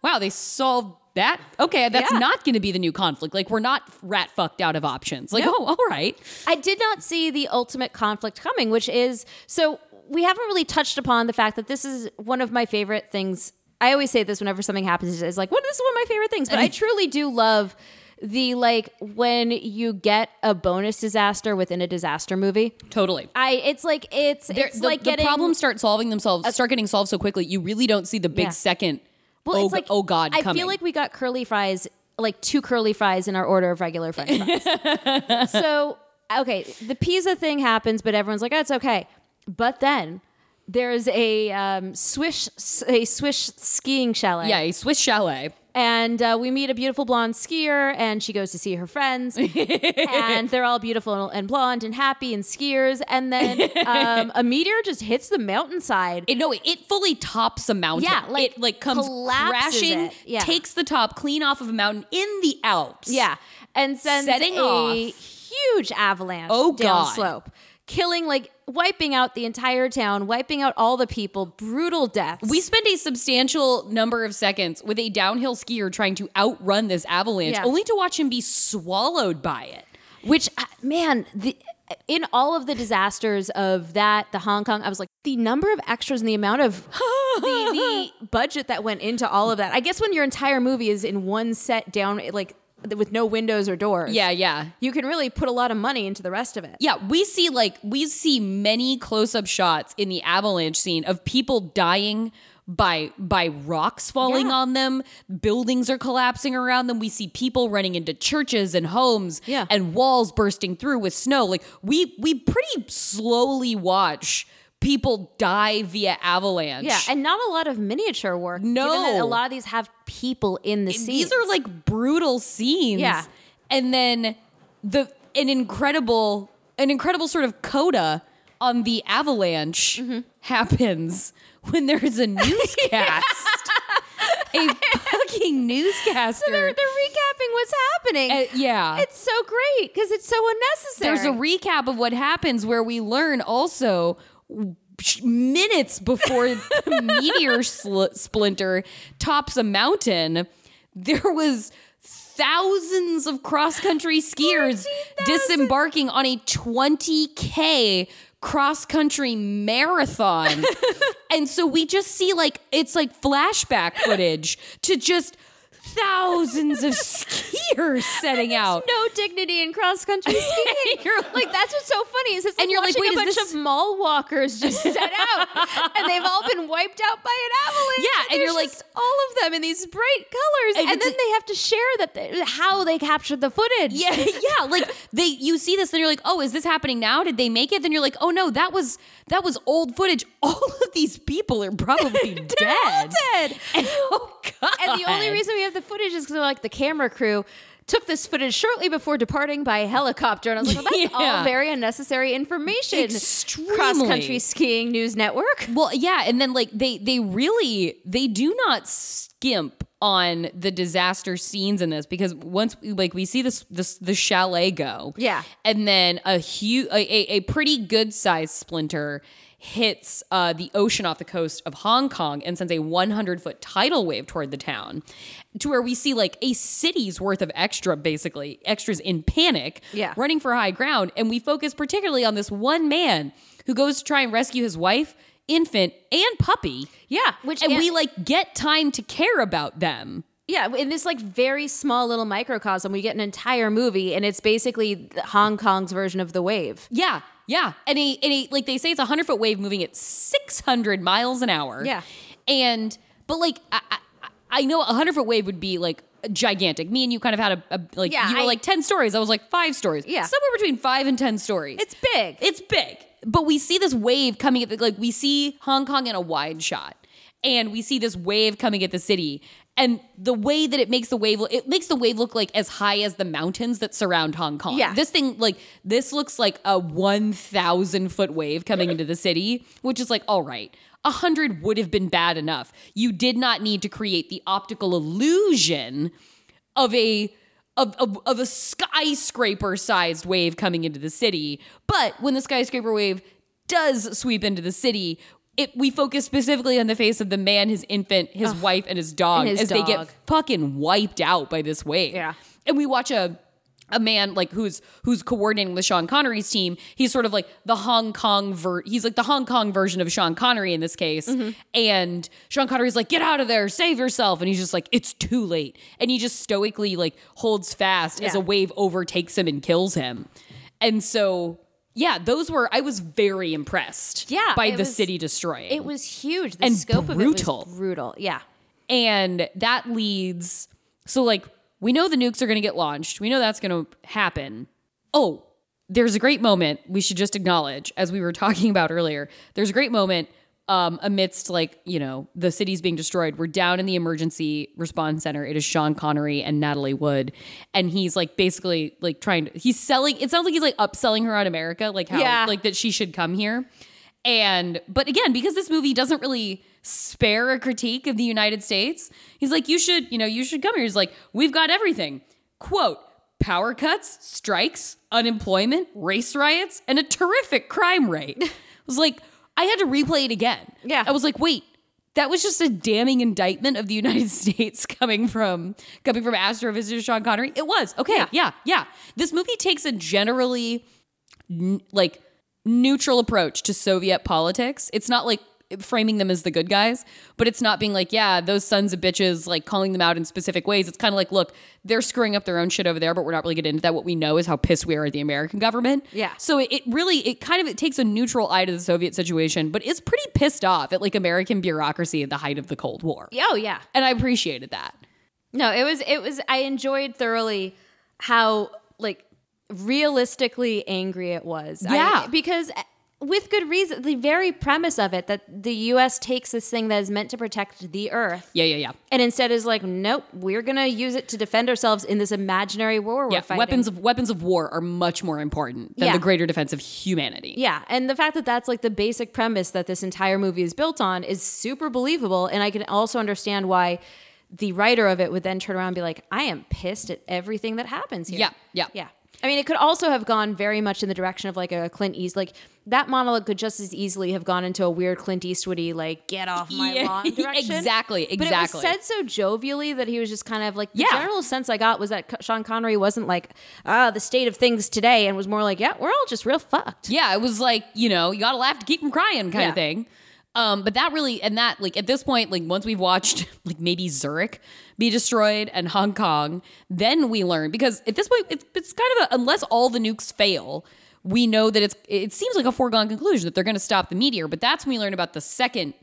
[SPEAKER 2] wow, they solved that. Okay, that's
[SPEAKER 1] Yeah.
[SPEAKER 2] not going to be the new conflict. Like we're not rat fucked out of options. Like oh, all right.
[SPEAKER 1] I did not see the ultimate conflict coming, which is so we haven't really touched upon the fact that this is one of my favorite things. I always say this whenever something happens is like, what this is one of my favorite things, but I truly do love the like when you get a bonus disaster within a disaster movie.
[SPEAKER 2] Totally.
[SPEAKER 1] I it's like it's
[SPEAKER 2] They're-
[SPEAKER 1] it's
[SPEAKER 2] the,
[SPEAKER 1] like
[SPEAKER 2] the
[SPEAKER 1] getting
[SPEAKER 2] problems start solving themselves, start getting solved so quickly. You really don't see the big
[SPEAKER 1] Yeah.
[SPEAKER 2] second.
[SPEAKER 1] Well,
[SPEAKER 2] oh,
[SPEAKER 1] it's like
[SPEAKER 2] oh God,
[SPEAKER 1] I
[SPEAKER 2] coming.
[SPEAKER 1] feel like we got curly fries, like two curly fries in our order of regular French fries. so okay, the pizza thing happens, but everyone's like, "That's okay." But then there's a um, swish a swish skiing chalet.
[SPEAKER 2] yeah, a Swiss chalet.
[SPEAKER 1] and uh, we meet a beautiful blonde skier, and she goes to see her friends, and they're all beautiful and blonde and happy and skiers, and then um, a meteor just hits the mountainside.
[SPEAKER 2] It, no, it fully tops a mountain.
[SPEAKER 1] Yeah, like,
[SPEAKER 2] it like comes
[SPEAKER 1] collapses
[SPEAKER 2] crashing,
[SPEAKER 1] it. Yeah.
[SPEAKER 2] takes the top clean off of a mountain in the Alps.
[SPEAKER 1] Yeah, and sends
[SPEAKER 2] Setting
[SPEAKER 1] a
[SPEAKER 2] off.
[SPEAKER 1] huge avalanche
[SPEAKER 2] Oh,
[SPEAKER 1] down
[SPEAKER 2] God.
[SPEAKER 1] slope, killing like wiping out the entire town, wiping out all the people, brutal deaths.
[SPEAKER 2] We spend a substantial number of seconds with a downhill skier trying to outrun this avalanche,
[SPEAKER 1] Yeah.
[SPEAKER 2] only to watch him be swallowed by it.
[SPEAKER 1] which uh, man, the, in all of the disasters of that, the Hong Kong, I was like the number of extras and the amount of the, the budget that went into all of that. I guess when your entire movie is in one set down, like with no windows or doors.
[SPEAKER 2] Yeah, yeah.
[SPEAKER 1] You can really put a lot of money into the rest of it.
[SPEAKER 2] Yeah, we see like we see many close-up shots in the avalanche scene of people dying by by rocks falling
[SPEAKER 1] Yeah.
[SPEAKER 2] on them, buildings are collapsing around them. We see people running into churches and homes
[SPEAKER 1] Yeah.
[SPEAKER 2] and walls bursting through with snow. Like we we pretty slowly watch people die via avalanche.
[SPEAKER 1] Yeah, and not a lot of miniature work.
[SPEAKER 2] No.
[SPEAKER 1] given that a lot of these have people in the scenes.
[SPEAKER 2] these are like brutal scenes.
[SPEAKER 1] Yeah.
[SPEAKER 2] And then the an incredible an incredible sort of coda on the avalanche
[SPEAKER 1] Mm-hmm.
[SPEAKER 2] happens when there's a newscast. a fucking newscaster.
[SPEAKER 1] they're, they're recapping what's happening.
[SPEAKER 2] Uh, yeah.
[SPEAKER 1] it's so great because it's so unnecessary.
[SPEAKER 2] there's a recap of what happens where we learn also sh- minutes before the meteor sl- splinter tops a mountain there was thousands of cross-country skiers
[SPEAKER 1] 14,000.
[SPEAKER 2] disembarking on a 20k cross-country marathon and so we just see like it's like flashback footage to just thousands of skiers setting out
[SPEAKER 1] no dignity in cross country skiing.
[SPEAKER 2] You're
[SPEAKER 1] like that's what's so funny is it's like
[SPEAKER 2] And you're like,
[SPEAKER 1] watching
[SPEAKER 2] wait,
[SPEAKER 1] a bunch
[SPEAKER 2] is this-
[SPEAKER 1] of mall walkers just set out and they've all been wiped out by an avalanche.
[SPEAKER 2] Yeah, and you're
[SPEAKER 1] there's
[SPEAKER 2] like-
[SPEAKER 1] just all of them in these bright colors,
[SPEAKER 2] And
[SPEAKER 1] and,
[SPEAKER 2] it's
[SPEAKER 1] then
[SPEAKER 2] a-
[SPEAKER 1] they have to share that they, how they captured the footage.
[SPEAKER 2] Yeah, yeah. Like they, you see this, then you're like, oh, is this happening now? Did they make it? Then you're like, oh no, that was that was old footage. All of these people are probably dead.
[SPEAKER 1] They're all dead.
[SPEAKER 2] And, oh god.
[SPEAKER 1] And the only reason we have the footage is because like the camera crew took this footage shortly before departing by helicopter, and I was like, well, that's
[SPEAKER 2] Yeah.
[SPEAKER 1] all very unnecessary information.
[SPEAKER 2] Extremely.
[SPEAKER 1] Cross country skiing news network.
[SPEAKER 2] Well, yeah, and then like they they really they do not skimp on the disaster scenes in this because once we, like we see this this the chalet go
[SPEAKER 1] Yeah.
[SPEAKER 2] and then a huge a, a, a pretty good sized splinter hits uh, the ocean off the coast of hong kong and sends a 100 foot tidal wave toward the town to where we see like a city's worth of extra basically extras in panic
[SPEAKER 1] Yeah.
[SPEAKER 2] running for high ground and we focus particularly on this one man who goes to try and rescue his wife infant and puppy
[SPEAKER 1] Yeah, which-
[SPEAKER 2] and
[SPEAKER 1] and-
[SPEAKER 2] we like get time to care about them
[SPEAKER 1] Yeah, in this like very small little microcosm, we get an entire movie, and it's basically the- Hong Kong's version of the wave.
[SPEAKER 2] Yeah, yeah. And a and a like they say it's a hundred foot wave moving at six hundred miles an hour.
[SPEAKER 1] Yeah.
[SPEAKER 2] And but like I I, I know a hundred foot wave would be like gigantic. Me and you kind of had a, a like
[SPEAKER 1] Yeah,
[SPEAKER 2] you were
[SPEAKER 1] I-
[SPEAKER 2] like ten stories. I was like five stories.
[SPEAKER 1] Yeah.
[SPEAKER 2] Somewhere between five and ten stories.
[SPEAKER 1] It's big.
[SPEAKER 2] It's big. But we see this wave coming at the like we see Hong Kong in a wide shot. And we see this wave coming at the city. And the way that it makes the wave it makes the wave look like as high as the mountains that surround Hong Kong.
[SPEAKER 1] Yeah.
[SPEAKER 2] This thing like this looks like a 1000 foot wave coming into the city, which is like all right. A hundred would have been bad enough. You did not need to create the optical illusion of a of, of, of a skyscraper sized wave coming into the city. But when the skyscraper wave does sweep into the city, it we focus specifically on the face of the man, his infant, his wife, and his dog
[SPEAKER 1] and his
[SPEAKER 2] as they
[SPEAKER 1] dog.
[SPEAKER 2] get fucking wiped out by this wave.
[SPEAKER 1] Yeah.
[SPEAKER 2] And we watch a a man like who's who's coordinating with Sean Connery's team. He's sort of like the Hong Kong ver he's like the Hong Kong version of Sean Connery in this case.
[SPEAKER 1] Mm-hmm.
[SPEAKER 2] And Sean Connery's like, get out of there, save yourself. And he's just like, it's too late. And he just stoically like holds fast as
[SPEAKER 1] Yeah.
[SPEAKER 2] a wave overtakes him and kills him. And so yeah, those were I was very impressed
[SPEAKER 1] Yeah,
[SPEAKER 2] by
[SPEAKER 1] it
[SPEAKER 2] the
[SPEAKER 1] was-
[SPEAKER 2] city destroying.
[SPEAKER 1] It was huge. The
[SPEAKER 2] And
[SPEAKER 1] scope
[SPEAKER 2] brutal.
[SPEAKER 1] of it was brutal. Yeah.
[SPEAKER 2] and that leads so like we know the nukes are going to get launched we know that's going to happen oh there's a great moment we should just acknowledge as we were talking about earlier there's a great moment um, amidst like you know the city's being destroyed we're down in the emergency response center it is sean connery and natalie wood and he's like basically like trying to he's selling it sounds like he's like upselling her on america like how
[SPEAKER 1] Yeah.
[SPEAKER 2] like that she should come here and but again, because this movie doesn't really spare a critique of the United States, he's like, you should, you know, you should come here. He's like, we've got everything. Quote, power cuts, strikes, unemployment, race riots, and a terrific crime rate. I was like, I had to replay it again.
[SPEAKER 1] Yeah.
[SPEAKER 2] I was like, wait, that was just a damning indictment of the United States coming from coming from astrophysics Sean Connery. It was. Okay. Yeah. yeah. This movie takes a generally n- like neutral approach to Soviet politics. It's not like framing them as the good guys, but it's not being like, yeah, those sons of bitches, like calling them out in specific ways. It's kind of like, look, they're screwing up their own shit over there, but we're not really getting into that. What we know is how pissed we are at the American government.
[SPEAKER 1] Yeah.
[SPEAKER 2] So it, it really, it kind of, it takes a neutral eye to the Soviet situation, but it's pretty pissed off at like American bureaucracy at the height of the Cold War.
[SPEAKER 1] Yeah, Oh yeah.
[SPEAKER 2] And I appreciated that.
[SPEAKER 1] No, it was it was I enjoyed thoroughly how like realistically angry it was. I-
[SPEAKER 2] Yeah.
[SPEAKER 1] because uh, with good reason, the very premise of it that the US takes this thing that is meant to protect the earth
[SPEAKER 2] Yeah, yeah, yeah.
[SPEAKER 1] and instead is like, nope, we're gonna use it to defend ourselves in this imaginary war we're
[SPEAKER 2] Yeah,
[SPEAKER 1] fighting.
[SPEAKER 2] weapons of weapons of war are much more important than
[SPEAKER 1] Yeah.
[SPEAKER 2] the greater defense of humanity.
[SPEAKER 1] yeah, and the fact that that's like the basic premise that this entire movie is built on is super believable, and I can also understand why the writer of it would then turn around and be like, "I am pissed at everything that happens here."
[SPEAKER 2] Yeah, yeah.
[SPEAKER 1] yeah. I mean, it could also have gone very much in the direction of like a Clint East, like that monologue could just as easily have gone into a weird Clint Eastwoody, like "Get off my
[SPEAKER 2] Yeah,
[SPEAKER 1] lawn" direction.
[SPEAKER 2] exactly,
[SPEAKER 1] But it was
[SPEAKER 2] exactly.
[SPEAKER 1] said so jovially that he was just kind of like the
[SPEAKER 2] Yeah.
[SPEAKER 1] general sense I got was that Co- Sean Connery wasn't like ah the state of things today, and was more like yeah we're all just real fucked.
[SPEAKER 2] Yeah, it was like, you know, you gotta laugh to keep from crying kind
[SPEAKER 1] Yeah.
[SPEAKER 2] of thing. Um, but that really and that like at this point, like once we've watched like maybe Zurich be destroyed and Hong Kong, then we learn because at this point it's, it's kind of a, unless all the nukes fail, we know that it's it seems like a foregone conclusion that they're gonna stop the meteor. But that's when we learn about the second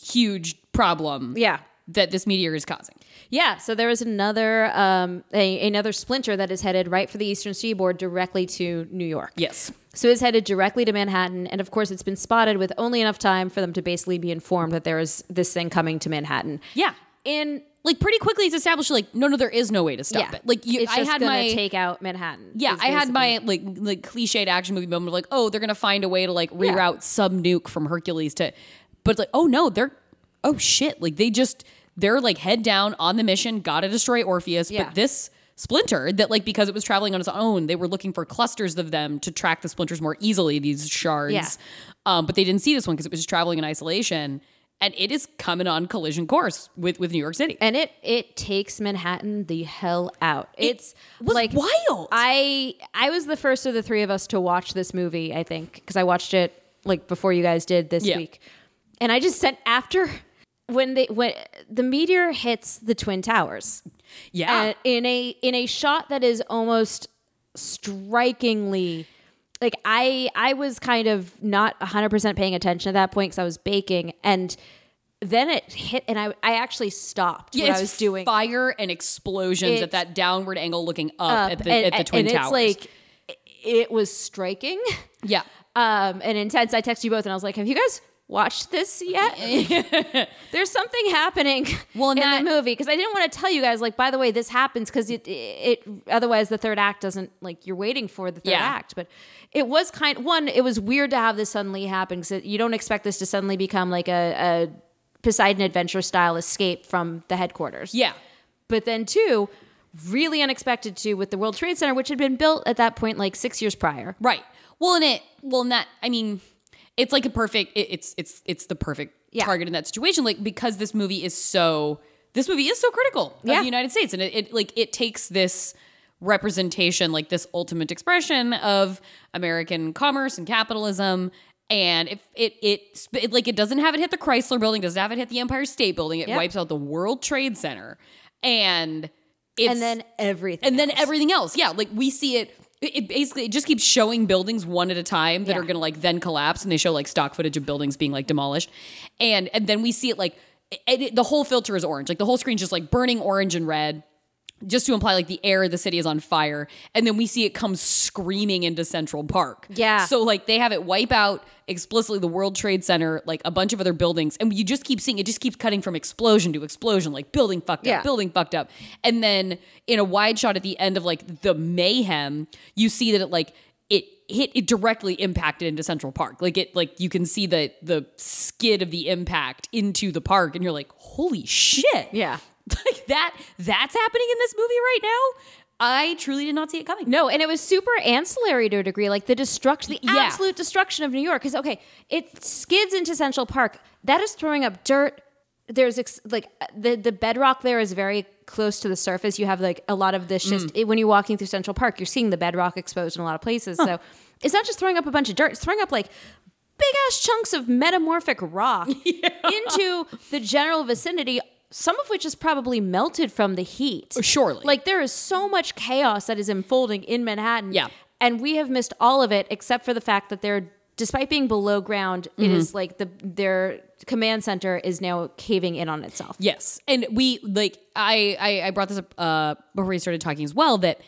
[SPEAKER 2] huge problem
[SPEAKER 1] Yeah.
[SPEAKER 2] that this meteor is causing.
[SPEAKER 1] Yeah, so there is another um, a, another splinter that is headed right for the eastern seaboard directly to New York.
[SPEAKER 2] Yes.
[SPEAKER 1] So it's headed directly to Manhattan, and of course, it's been spotted with only enough time for them to basically be informed that there is this thing coming to Manhattan.
[SPEAKER 2] Yeah.
[SPEAKER 1] In
[SPEAKER 2] Like pretty quickly it's established like, no, no, there is no way to stop
[SPEAKER 1] yeah,
[SPEAKER 2] it. Like you
[SPEAKER 1] it's
[SPEAKER 2] I
[SPEAKER 1] just
[SPEAKER 2] had
[SPEAKER 1] gonna
[SPEAKER 2] my
[SPEAKER 1] take out Manhattan.
[SPEAKER 2] Yeah,
[SPEAKER 1] is
[SPEAKER 2] I
[SPEAKER 1] basically-
[SPEAKER 2] had my like like cliched action movie moment of like, oh, they're gonna find a way to like reroute some nuke from Hercules to, but it's like, oh no, they're oh shit, like they just they're like head down on the mission, gotta destroy Orpheus.
[SPEAKER 1] Yeah.
[SPEAKER 2] But this splinter that like because it was traveling on its own, they were looking for clusters of them to track the splinters more easily, these shards.
[SPEAKER 1] Yeah.
[SPEAKER 2] Um, but they didn't see this one because it was just traveling in isolation. And it is coming on collision course with, with New York City.
[SPEAKER 1] and it it takes Manhattan the hell out. It's
[SPEAKER 2] was
[SPEAKER 1] like
[SPEAKER 2] wild.
[SPEAKER 1] I I was the first of the three of us to watch this movie. I think because I watched it like before you guys did this
[SPEAKER 2] Yeah.
[SPEAKER 1] week, and I just sent after when they when the meteor hits the twin towers
[SPEAKER 2] yeah.
[SPEAKER 1] uh, in a in a shot that is almost strikingly like i i was kind of not 100% paying attention at that point because i was baking and then it hit and i i actually stopped
[SPEAKER 2] yeah,
[SPEAKER 1] what
[SPEAKER 2] it's
[SPEAKER 1] i was doing
[SPEAKER 2] fire and explosions
[SPEAKER 1] It's-
[SPEAKER 2] at that downward angle, looking up,
[SPEAKER 1] up,
[SPEAKER 2] at the
[SPEAKER 1] and,
[SPEAKER 2] at the twin
[SPEAKER 1] and
[SPEAKER 2] towers.
[SPEAKER 1] it's like it was striking
[SPEAKER 2] yeah,
[SPEAKER 1] um and intense i texted you both and i was like have you guys watched this yet there's something happening
[SPEAKER 2] Well, and
[SPEAKER 1] in
[SPEAKER 2] that-
[SPEAKER 1] the movie because i didn't want to tell you guys like by the way this happens because it, it otherwise the third act doesn't like you're waiting for the third
[SPEAKER 2] Yeah.
[SPEAKER 1] act but it was kind one it was weird to have this suddenly happen because you don't expect this to suddenly become like a, a poseidon adventure style escape from the headquarters
[SPEAKER 2] yeah.
[SPEAKER 1] but then two really unexpected too with the world trade center which had been built at that point like six years prior
[SPEAKER 2] Right. Well, and it well, and that I mean, it's like a perfect. It, it's it's it's the perfect
[SPEAKER 1] Yeah.
[SPEAKER 2] target in that situation, like because this movie is so this movie is so critical of
[SPEAKER 1] Yeah.
[SPEAKER 2] the United States, and it, it like it takes this representation, like this ultimate expression of American commerce and capitalism. And if it, it sp- it like it doesn't have it hit the Chrysler Building, doesn't have it hit the Empire State Building, it
[SPEAKER 1] Yeah.
[SPEAKER 2] wipes out the World Trade Center, and it's
[SPEAKER 1] and then everything
[SPEAKER 2] and then
[SPEAKER 1] else.
[SPEAKER 2] everything else. Yeah, like we see it. It it basically it just keeps showing buildings one at a time that
[SPEAKER 1] Yeah.
[SPEAKER 2] are going to like then collapse, and they show like stock footage of buildings being like demolished, and and then we see it like it, it- the whole filter is orange, like the whole screen's just like burning orange and red, just to imply like the air of the city is on fire, and then we see it come screaming into Central Park.
[SPEAKER 1] Yeah.
[SPEAKER 2] so like they have it wipe out explicitly the World Trade Center, like a bunch of other buildings, and you just keep seeing it just keeps cutting from explosion to explosion, like building fucked
[SPEAKER 1] Yeah.
[SPEAKER 2] up, building building fucked up. And then in a wide shot at the end of like the mayhem, you see that it like it hit it directly impacted into Central Park. Like it like you can see the the skid of the impact into the park and you're like, "Holy shit."
[SPEAKER 1] Yeah.
[SPEAKER 2] Like that that's happening in this movie right now. I truly did not see it coming.
[SPEAKER 1] No, and it was super ancillary to a degree, like the destruction, the
[SPEAKER 2] Yeah.
[SPEAKER 1] absolute destruction of New York. Because okay, it skids into Central Park. That is throwing up dirt. There's ex- like uh, the the bedrock there is very close to the surface. You have like a lot of this just
[SPEAKER 2] Mm.
[SPEAKER 1] it- when you're walking through Central Park, you're seeing the bedrock exposed in a lot of places. So it's not just throwing up a bunch of dirt; it's throwing up like big ass chunks of metamorphic rock into the general vicinity. Some of which is probably melted from the heat.
[SPEAKER 2] Surely.
[SPEAKER 1] like there is so much chaos that is unfolding in Manhattan.
[SPEAKER 2] Yeah.
[SPEAKER 1] And we have missed all of it except for the fact that they're despite being below ground,
[SPEAKER 2] Mm-hmm.
[SPEAKER 1] it is like the their command center is now caving in on itself.
[SPEAKER 2] Yes, and we like I I, I brought this up uh, before we started talking as well that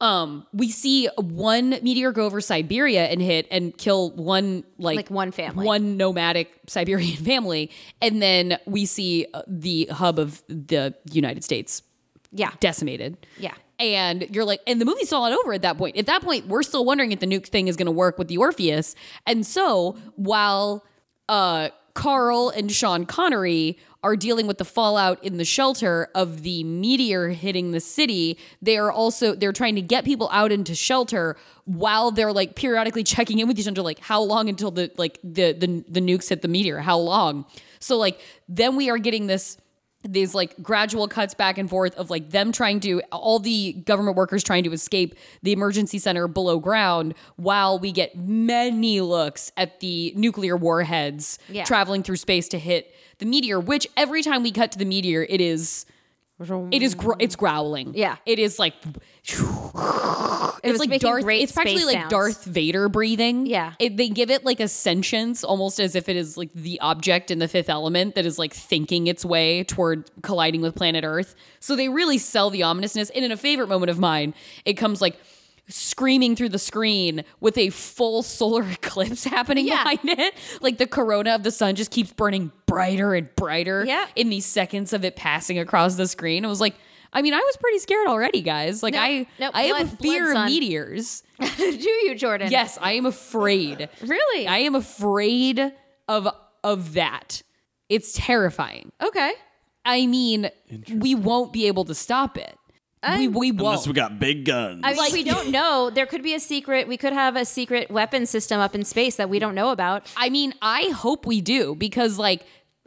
[SPEAKER 2] um we see one meteor go over Siberia and hit and kill one like
[SPEAKER 1] Like one family.
[SPEAKER 2] one nomadic Siberian family, and then we see uh, the hub of the United States
[SPEAKER 1] Yeah.
[SPEAKER 2] decimated.
[SPEAKER 1] Yeah.
[SPEAKER 2] And you're like, and the movie's still not over at that point. At that point, we're still wondering if the nuke thing is going to work with the Orpheus. And so while uh, Carl and Sean Connery are dealing with the fallout in the shelter of the meteor hitting the city, they are also they're trying to get people out into shelter while they're like periodically checking in with each other, like how long until the like the the the nukes hit the meteor? How long? So like then we are getting this these like gradual cuts back and forth of like them trying to all the government workers trying to escape the emergency center below ground while we get many looks at the nuclear warheads
[SPEAKER 1] Yeah.
[SPEAKER 2] traveling through space to hit the meteor which every time we cut to the meteor it is it is gro- it's growling
[SPEAKER 1] Yeah.
[SPEAKER 2] it is like
[SPEAKER 1] It was
[SPEAKER 2] it's like
[SPEAKER 1] making
[SPEAKER 2] Darth.
[SPEAKER 1] great
[SPEAKER 2] It's practically
[SPEAKER 1] space
[SPEAKER 2] like
[SPEAKER 1] sounds.
[SPEAKER 2] Darth Vader breathing.
[SPEAKER 1] Yeah.
[SPEAKER 2] It- they give it like a sentience, almost as if it is like the object in the Fifth Element that is like thinking its way toward colliding with planet Earth. So they really sell the ominousness. And in a favorite moment of mine, it comes like screaming through the screen with a full solar eclipse happening
[SPEAKER 1] Yeah.
[SPEAKER 2] behind it. Like the corona of the sun just keeps burning brighter and brighter
[SPEAKER 1] Yeah.
[SPEAKER 2] in these seconds of it passing across the screen. It was like. I mean, I was pretty scared already, guys. Like,
[SPEAKER 1] No,
[SPEAKER 2] I
[SPEAKER 1] no,
[SPEAKER 2] I have
[SPEAKER 1] blood-
[SPEAKER 2] a fear
[SPEAKER 1] blood,
[SPEAKER 2] of
[SPEAKER 1] son.
[SPEAKER 2] meteors.
[SPEAKER 1] Do you, Jordan?
[SPEAKER 2] Yes, I am afraid.
[SPEAKER 1] Really?
[SPEAKER 2] I am afraid of of that. It's terrifying.
[SPEAKER 1] okay.
[SPEAKER 2] I mean, we won't be able to stop it. we we won't.
[SPEAKER 3] Unless we got big guns.
[SPEAKER 1] I mean, we don't know. There could be a secret. We could have a secret weapon system up in space that we don't know about.
[SPEAKER 2] I mean, I hope we do because, like,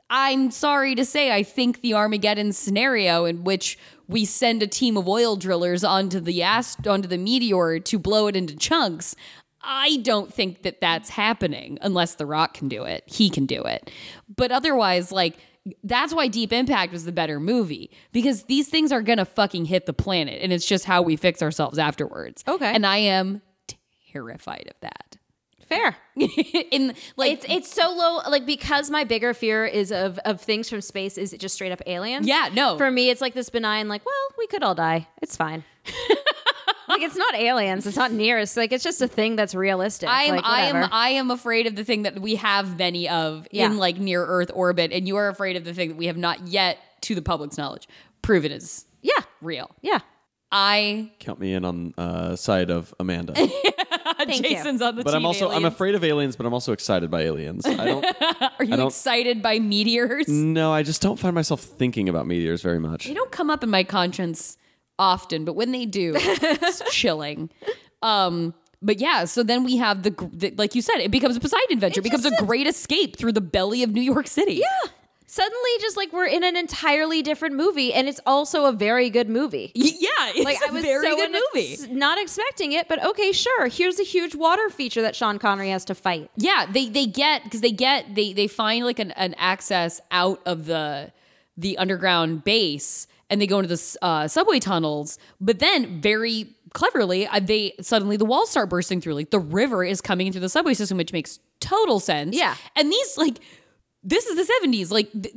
[SPEAKER 2] I'm sorry to say, I think the Armageddon scenario in which we send a team of oil drillers onto the ast- onto the meteor to blow it into chunks. I don't think that that's happening unless The Rock can do it. He can do it, but otherwise, like. That's why Deep Impact was the better movie because these things are gonna fucking hit the planet, and it's just how we fix ourselves afterwards.
[SPEAKER 1] Okay.
[SPEAKER 2] and I am terrified of that.
[SPEAKER 1] Fair.
[SPEAKER 2] in like
[SPEAKER 1] It's it's so low like because my bigger fear is of of things from space is it just straight up aliens.
[SPEAKER 2] Yeah, no.
[SPEAKER 1] For me it's like this benign like, well, we could all die. It's fine. like it's not aliens, it's not near us. Like it's just a thing that's realistic.
[SPEAKER 2] I am
[SPEAKER 1] like,
[SPEAKER 2] I am
[SPEAKER 1] whatever.
[SPEAKER 2] I am afraid of the thing that we have many of
[SPEAKER 1] Yeah.
[SPEAKER 2] in like near Earth orbit, and you are afraid of the thing that we have not yet, to the public's knowledge, proven is
[SPEAKER 1] Yeah.
[SPEAKER 2] real.
[SPEAKER 1] Yeah.
[SPEAKER 2] I
[SPEAKER 3] Count me in on uh, side of Amanda.
[SPEAKER 1] Thank you.
[SPEAKER 2] Jason's on the
[SPEAKER 3] But
[SPEAKER 2] team.
[SPEAKER 3] I'm also I'm
[SPEAKER 2] aliens.
[SPEAKER 3] afraid of aliens, but I'm also excited by aliens. I don't.
[SPEAKER 2] Are you
[SPEAKER 3] don't-
[SPEAKER 2] excited by meteors?
[SPEAKER 3] no, I just don't find myself thinking about meteors very much.
[SPEAKER 2] They don't come up in my conscience often, but when they do, it's chilling. Um, but yeah, so then we have the, gr- the like you said, it becomes a Poseidon adventure, becomes a great escape through the belly of New York City. Yeah.
[SPEAKER 1] Suddenly just like we're in an entirely different movie and it's also a very good movie.
[SPEAKER 2] Yeah, it's
[SPEAKER 1] Like
[SPEAKER 2] a
[SPEAKER 1] I was
[SPEAKER 2] very
[SPEAKER 1] so
[SPEAKER 2] good
[SPEAKER 1] inex-
[SPEAKER 2] movie.
[SPEAKER 1] Not expecting it, but okay, sure. Here's a huge water feature that Sean Connery has to fight.
[SPEAKER 2] Yeah, they they get because they get they they find like an, an access out of the the underground base and they go into the s- uh, subway tunnels. But then very cleverly, uh, they suddenly the walls start bursting through. Like the river is coming into the subway system, which makes total sense.
[SPEAKER 1] Yeah.
[SPEAKER 2] and these like this is the seventies. Like th-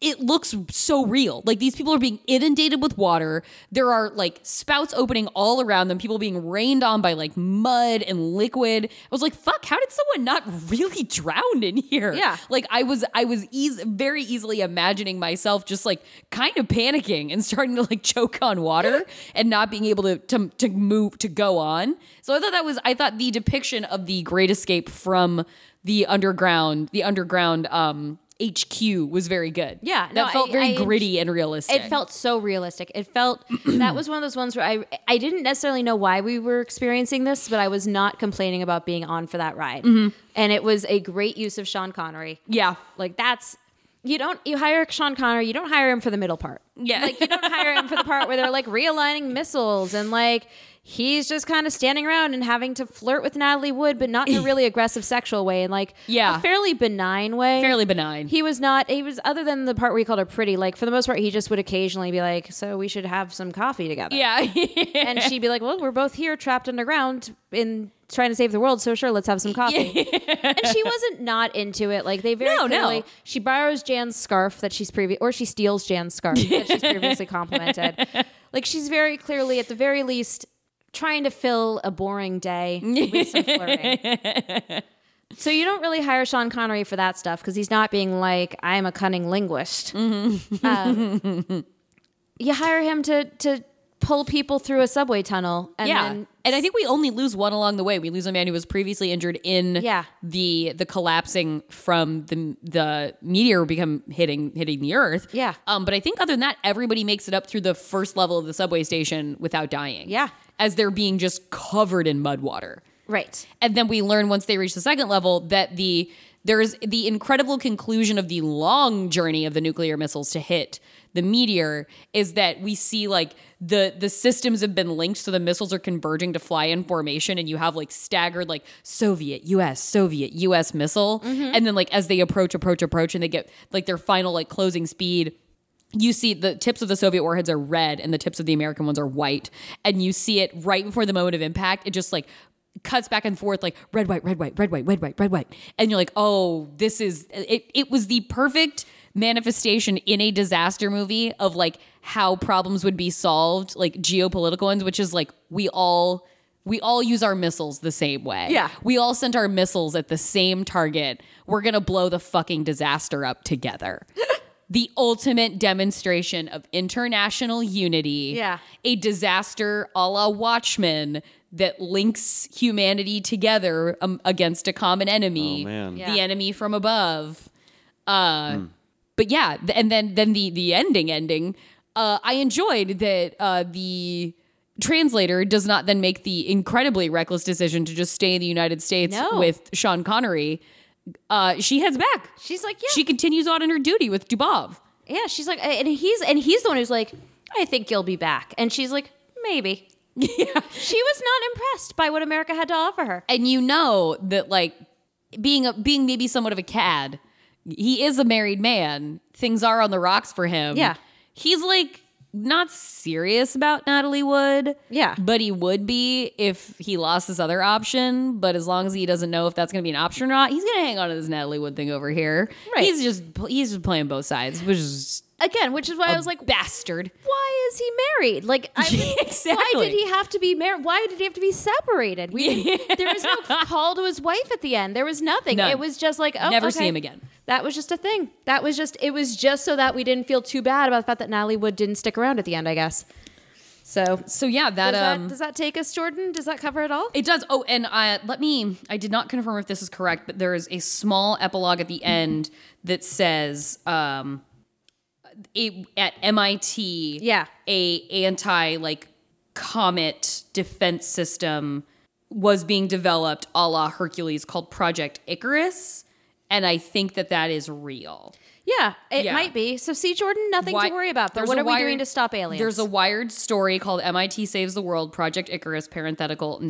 [SPEAKER 2] it looks so real. Like these people are being inundated with water. There are like spouts opening all around them, people being rained on by like mud and liquid. I was like, fuck, how did someone not really drown in here?
[SPEAKER 1] Yeah.
[SPEAKER 2] Like I was I was eas- very easily imagining myself just like kind of panicking and starting to like choke on water and not being able to, to to move to go on. So I thought that was I thought the depiction of the great escape from the underground, the underground um HQ was very good.
[SPEAKER 1] Yeah,
[SPEAKER 2] that
[SPEAKER 1] no,
[SPEAKER 2] felt
[SPEAKER 1] I-
[SPEAKER 2] very
[SPEAKER 1] I en-
[SPEAKER 2] gritty and realistic.
[SPEAKER 1] It felt so realistic. It felt that was one of those ones where I I didn't necessarily know why we were experiencing this, but I was not complaining about being on for that ride. And it was a great use of Sean Connery.
[SPEAKER 2] yeah,
[SPEAKER 1] Like that's you don't you hire Sean Connery, you don't hire him for the middle part.
[SPEAKER 2] yeah.
[SPEAKER 1] Like you don't hire him for the part where they're like realigning missiles and like he's just kind of standing around and having to flirt with Natalie Wood, but not in a really aggressive sexual way and like
[SPEAKER 2] Yeah.
[SPEAKER 1] a fairly benign way.
[SPEAKER 2] fairly benign.
[SPEAKER 1] He was not. He was other than the part where he called her pretty. Like for the most part, he just would occasionally be like, "So we should have some coffee together."
[SPEAKER 2] yeah,
[SPEAKER 1] and she'd be like, "Well, we're both here, trapped underground, in trying to save the world. So sure, let's have some coffee." and she wasn't not into it. Like they very
[SPEAKER 2] No, no.
[SPEAKER 1] clearly. She borrows Jan's scarf that she's previous, or she steals Jan's scarf that she's previously complimented. Like she's very clearly, at the very least, trying to fill a boring day with some flirting. So you don't really hire Sean Connery for that stuff because he's not being like, "I'm a cunning linguist." Um, you hire him to to pull people through a subway tunnel, and
[SPEAKER 2] yeah.
[SPEAKER 1] then
[SPEAKER 2] and I think we only lose one along the way. We lose a man who was previously injured in
[SPEAKER 1] Yeah.
[SPEAKER 2] the the collapsing from the the meteor become hitting hitting the earth.
[SPEAKER 1] Yeah.
[SPEAKER 2] Um, but I think other than that, everybody makes it up through the first level of the subway station without dying.
[SPEAKER 1] Yeah.
[SPEAKER 2] as they're being just covered in mud water.
[SPEAKER 1] right,
[SPEAKER 2] And then we learn once they reach the second level that the there's the incredible conclusion of the long journey of the nuclear missiles to hit the meteor is that we see like the the systems have been linked so the missiles are converging to fly in formation and you have like staggered like Soviet US Soviet US missile and then like as they approach approach approach and they get like their final like closing speed you see the tips of the Soviet warheads are red and the tips of the American ones are white. And you see it right before the moment of impact. It just like cuts back and forth like red, white, red, white, red, white, red, white, red, white. And you're like, oh, this is it it was the perfect manifestation in a disaster movie of like how problems would be solved, like geopolitical ones, which is like we all we all use our missiles the same way.
[SPEAKER 1] Yeah.
[SPEAKER 2] We all sent our missiles at the same target. We're gonna blow the fucking disaster up together the ultimate demonstration of international unity.
[SPEAKER 1] Yeah.
[SPEAKER 2] A disaster a la Watchmen that links humanity together um, against a common enemy.
[SPEAKER 3] Oh, man.
[SPEAKER 2] The
[SPEAKER 1] Yeah.
[SPEAKER 2] enemy from above. Uh, but yeah, th- and then then the the ending ending. Uh, I enjoyed that uh, the translator does not then make the incredibly reckless decision to just stay in the United States
[SPEAKER 1] No.
[SPEAKER 2] with Sean Connery. Uh, she heads back.
[SPEAKER 1] She's like, yeah,
[SPEAKER 2] She continues on in her duty with Dubov.
[SPEAKER 1] yeah. She's like, and he's and he's the one who's like, I think you'll be back, and she's like, maybe.
[SPEAKER 2] Yeah.
[SPEAKER 1] She was not impressed by what America had to offer her.
[SPEAKER 2] and you know that like being a being maybe somewhat of a cad he is a married man things are on the rocks for him
[SPEAKER 1] Yeah.
[SPEAKER 2] he's like not serious about natalie wood
[SPEAKER 1] Yeah.
[SPEAKER 2] but he would be if he lost this other option but as long as he doesn't know if that's going to be an option or not he's going to hang on to this natalie wood thing over here
[SPEAKER 1] Right.
[SPEAKER 2] he's just he's just playing both sides which is
[SPEAKER 1] Again, which is why I was like,
[SPEAKER 2] bastard
[SPEAKER 1] why is he married? Like, I mean, why
[SPEAKER 2] Exactly.
[SPEAKER 1] did he have to be married? Why did he have to be separated? We didn't- there was no call to his wife at the end. There was nothing.
[SPEAKER 2] None.
[SPEAKER 1] It was just like, oh,
[SPEAKER 2] Never see
[SPEAKER 1] okay.
[SPEAKER 2] him again.
[SPEAKER 1] That was just a thing. That was just it was just so that we didn't feel too bad about the fact that Natalie Wood didn't stick around at the end. I guess. So does
[SPEAKER 2] so yeah that
[SPEAKER 1] that,
[SPEAKER 2] um
[SPEAKER 1] does that take us, Jordan? Does that cover it all?
[SPEAKER 2] It does. Oh, and I, let me. I did not confirm if this is correct, but there is a small epilogue at the end that says um, a, at MIT,
[SPEAKER 1] Yeah.
[SPEAKER 2] a anti like comet defense system was being developed, a la Hercules, called Project Icarus, and I think that that is real.
[SPEAKER 1] yeah, it
[SPEAKER 2] Yeah.
[SPEAKER 1] might be. So see, Jordan, nothing
[SPEAKER 2] Wi-
[SPEAKER 1] to worry about. But
[SPEAKER 2] there's
[SPEAKER 1] what
[SPEAKER 2] a
[SPEAKER 1] are we doing
[SPEAKER 2] wired-
[SPEAKER 1] to stop aliens?
[SPEAKER 2] There's a wired story called MIT Saves the World Project Icarus parenthetical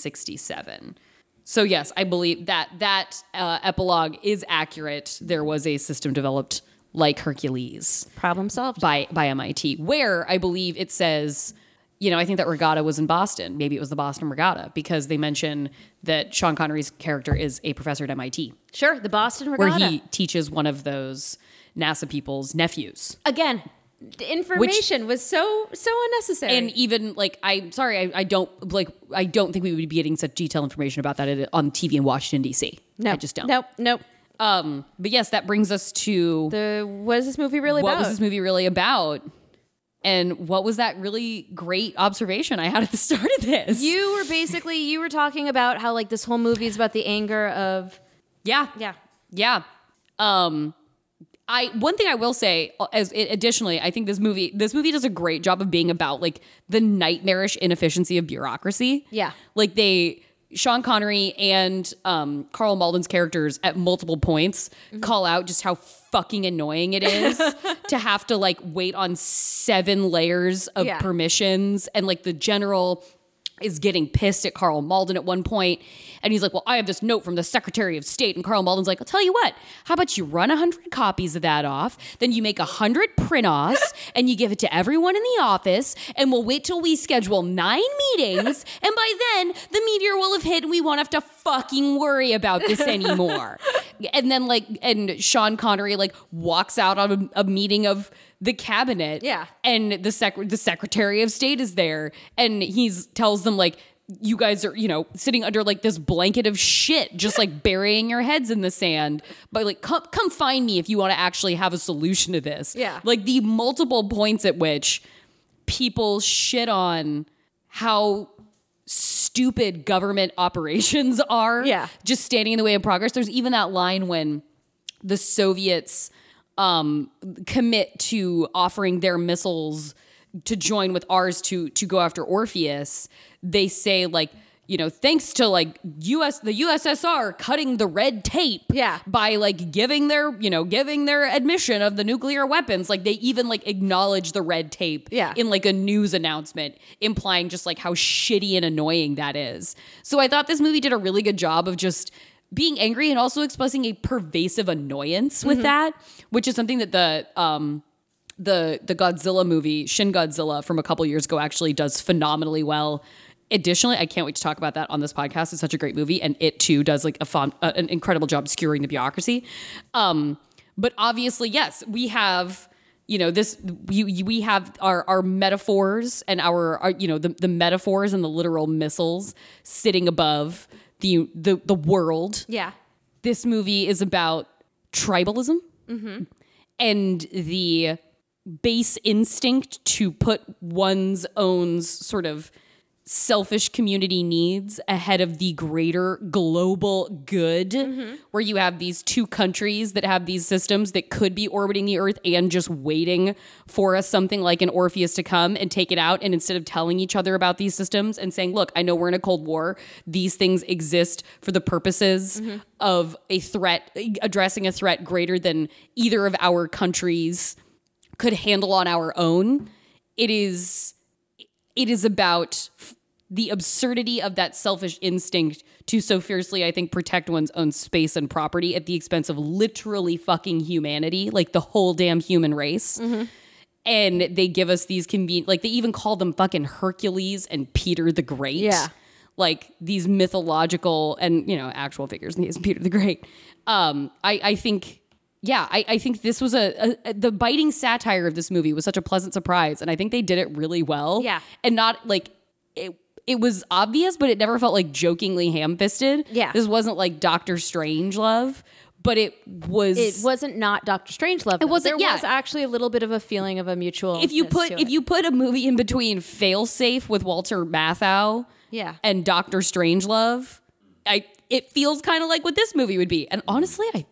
[SPEAKER 2] 1967. So yes, I believe that that uh, epilogue is accurate. There was a system developed like Hercules
[SPEAKER 1] problem solved.
[SPEAKER 2] by by MIT where I believe it says you know, I think that regatta was in Boston. Maybe it was the Boston Regatta because they mention that Sean Connery's character is a professor at MIT,
[SPEAKER 1] Sure, the Boston
[SPEAKER 2] where
[SPEAKER 1] Regatta.
[SPEAKER 2] he teaches one of those NASA people's nephews.
[SPEAKER 1] Again, the information was so so unnecessary.
[SPEAKER 2] and even like i'm sorry I, I don't like i don't think we would be getting such detailed information about that at, on tv in washington dc
[SPEAKER 1] no,
[SPEAKER 2] i just don't
[SPEAKER 1] Nope, nope.
[SPEAKER 2] um but yes that brings us to
[SPEAKER 1] The what is this movie really
[SPEAKER 2] what
[SPEAKER 1] about?
[SPEAKER 2] was this movie really about and what was that really great observation i had at the start of this
[SPEAKER 1] You were basically you were talking about how like this whole movie is about the anger of
[SPEAKER 2] yeah
[SPEAKER 1] yeah
[SPEAKER 2] Yeah. Um I one thing I will say as additionally, I think this movie this movie does a great job of being about like the nightmarish inefficiency of bureaucracy.
[SPEAKER 1] Yeah.
[SPEAKER 2] Like they Sean Connery and um, Carl Malden's characters at multiple points
[SPEAKER 1] Mm-hmm.
[SPEAKER 2] call out just how fucking annoying it is to have to like wait on seven layers of
[SPEAKER 1] Yeah.
[SPEAKER 2] permissions and like the general is getting pissed at Carl Malden at one point, and he's like, "Well, I have this note from the Secretary of State," and Carl Malden's like, "I'll tell you what. How about you run hundred copies of that off, then you make hundred print-offs, and you give it to everyone in the office, and we'll wait till we schedule nine meetings, and by then the meteor will have hit, and we won't have to fucking worry about this anymore." and then like, and Sean Connery like walks out on a, a meeting of the cabinet,
[SPEAKER 1] Yeah.
[SPEAKER 2] and the sec- the secretary of state is there and he's tells them like you guys are you know sitting under like this blanket of shit just like burying your heads in the sand but like come come find me if you want to actually have a solution to this
[SPEAKER 1] Yeah.
[SPEAKER 2] like the multiple points at which people shit on how stupid government operations are
[SPEAKER 1] Yeah.
[SPEAKER 2] just standing in the way of progress there's even that line when the Soviets um, commit to offering their missiles to join with ours to to go after Orpheus, they say like you know thanks to like us the ussr cutting the red tape
[SPEAKER 1] Yeah.
[SPEAKER 2] by like giving their you know giving their admission of the nuclear weapons like they even like acknowledge the red tape
[SPEAKER 1] Yeah.
[SPEAKER 2] in like a news announcement implying just like how shitty and annoying that is so i thought this movie did a really good job of just being angry and also expressing a pervasive annoyance with that which is something that the um the the Godzilla movie Shin Godzilla from a couple years ago actually does phenomenally well. Additionally, I can't wait to talk about that on this podcast. It's such a great movie, and it too does like a fun, uh, an incredible job skewering the bureaucracy. Um, but obviously, yes, we have you know this you, you- we have our our metaphors and our, our you know the, the metaphors and the literal missiles sitting above the the the world
[SPEAKER 1] yeah
[SPEAKER 2] this movie is about tribalism and the base instinct to put one's own sort of selfish community needs ahead of the greater global good where you have these two countries that have these systems that could be orbiting the earth and just waiting for us something like an orpheus to come and take it out and instead of telling each other about these systems and saying look i know we're in a cold war these things exist for the purposes of a threat addressing a threat greater than either of our countries could handle on our own it is it is about f- the absurdity of that selfish instinct to so fiercely i think protect one's own space and property at the expense of literally fucking humanity like the whole damn human race
[SPEAKER 1] Mm-hmm.
[SPEAKER 2] and they give us these convenient like they even call them fucking hercules and peter the great
[SPEAKER 1] Yeah.
[SPEAKER 2] like these mythological and you know actual figures in the case of peter the great um i i think yeah, I, I think this was a, a the biting satire of this movie was such a pleasant surprise, and I think they did it really well.
[SPEAKER 1] Yeah.
[SPEAKER 2] and not like it. It was obvious, but it never felt like jokingly ham-fisted.
[SPEAKER 1] Yeah.
[SPEAKER 2] this wasn't like Doctor Strange love, but it was.
[SPEAKER 1] It wasn't not Doctor Strange love. It
[SPEAKER 2] wasn't-
[SPEAKER 1] There
[SPEAKER 2] yeah.
[SPEAKER 1] was actually a little bit of a feeling of a mutual.
[SPEAKER 2] if you put if you put a movie in between Failsafe with Walter Matthau,
[SPEAKER 1] Yeah.
[SPEAKER 2] and Doctor Strangelove, I it feels kind of like what this movie would be. And honestly, I th-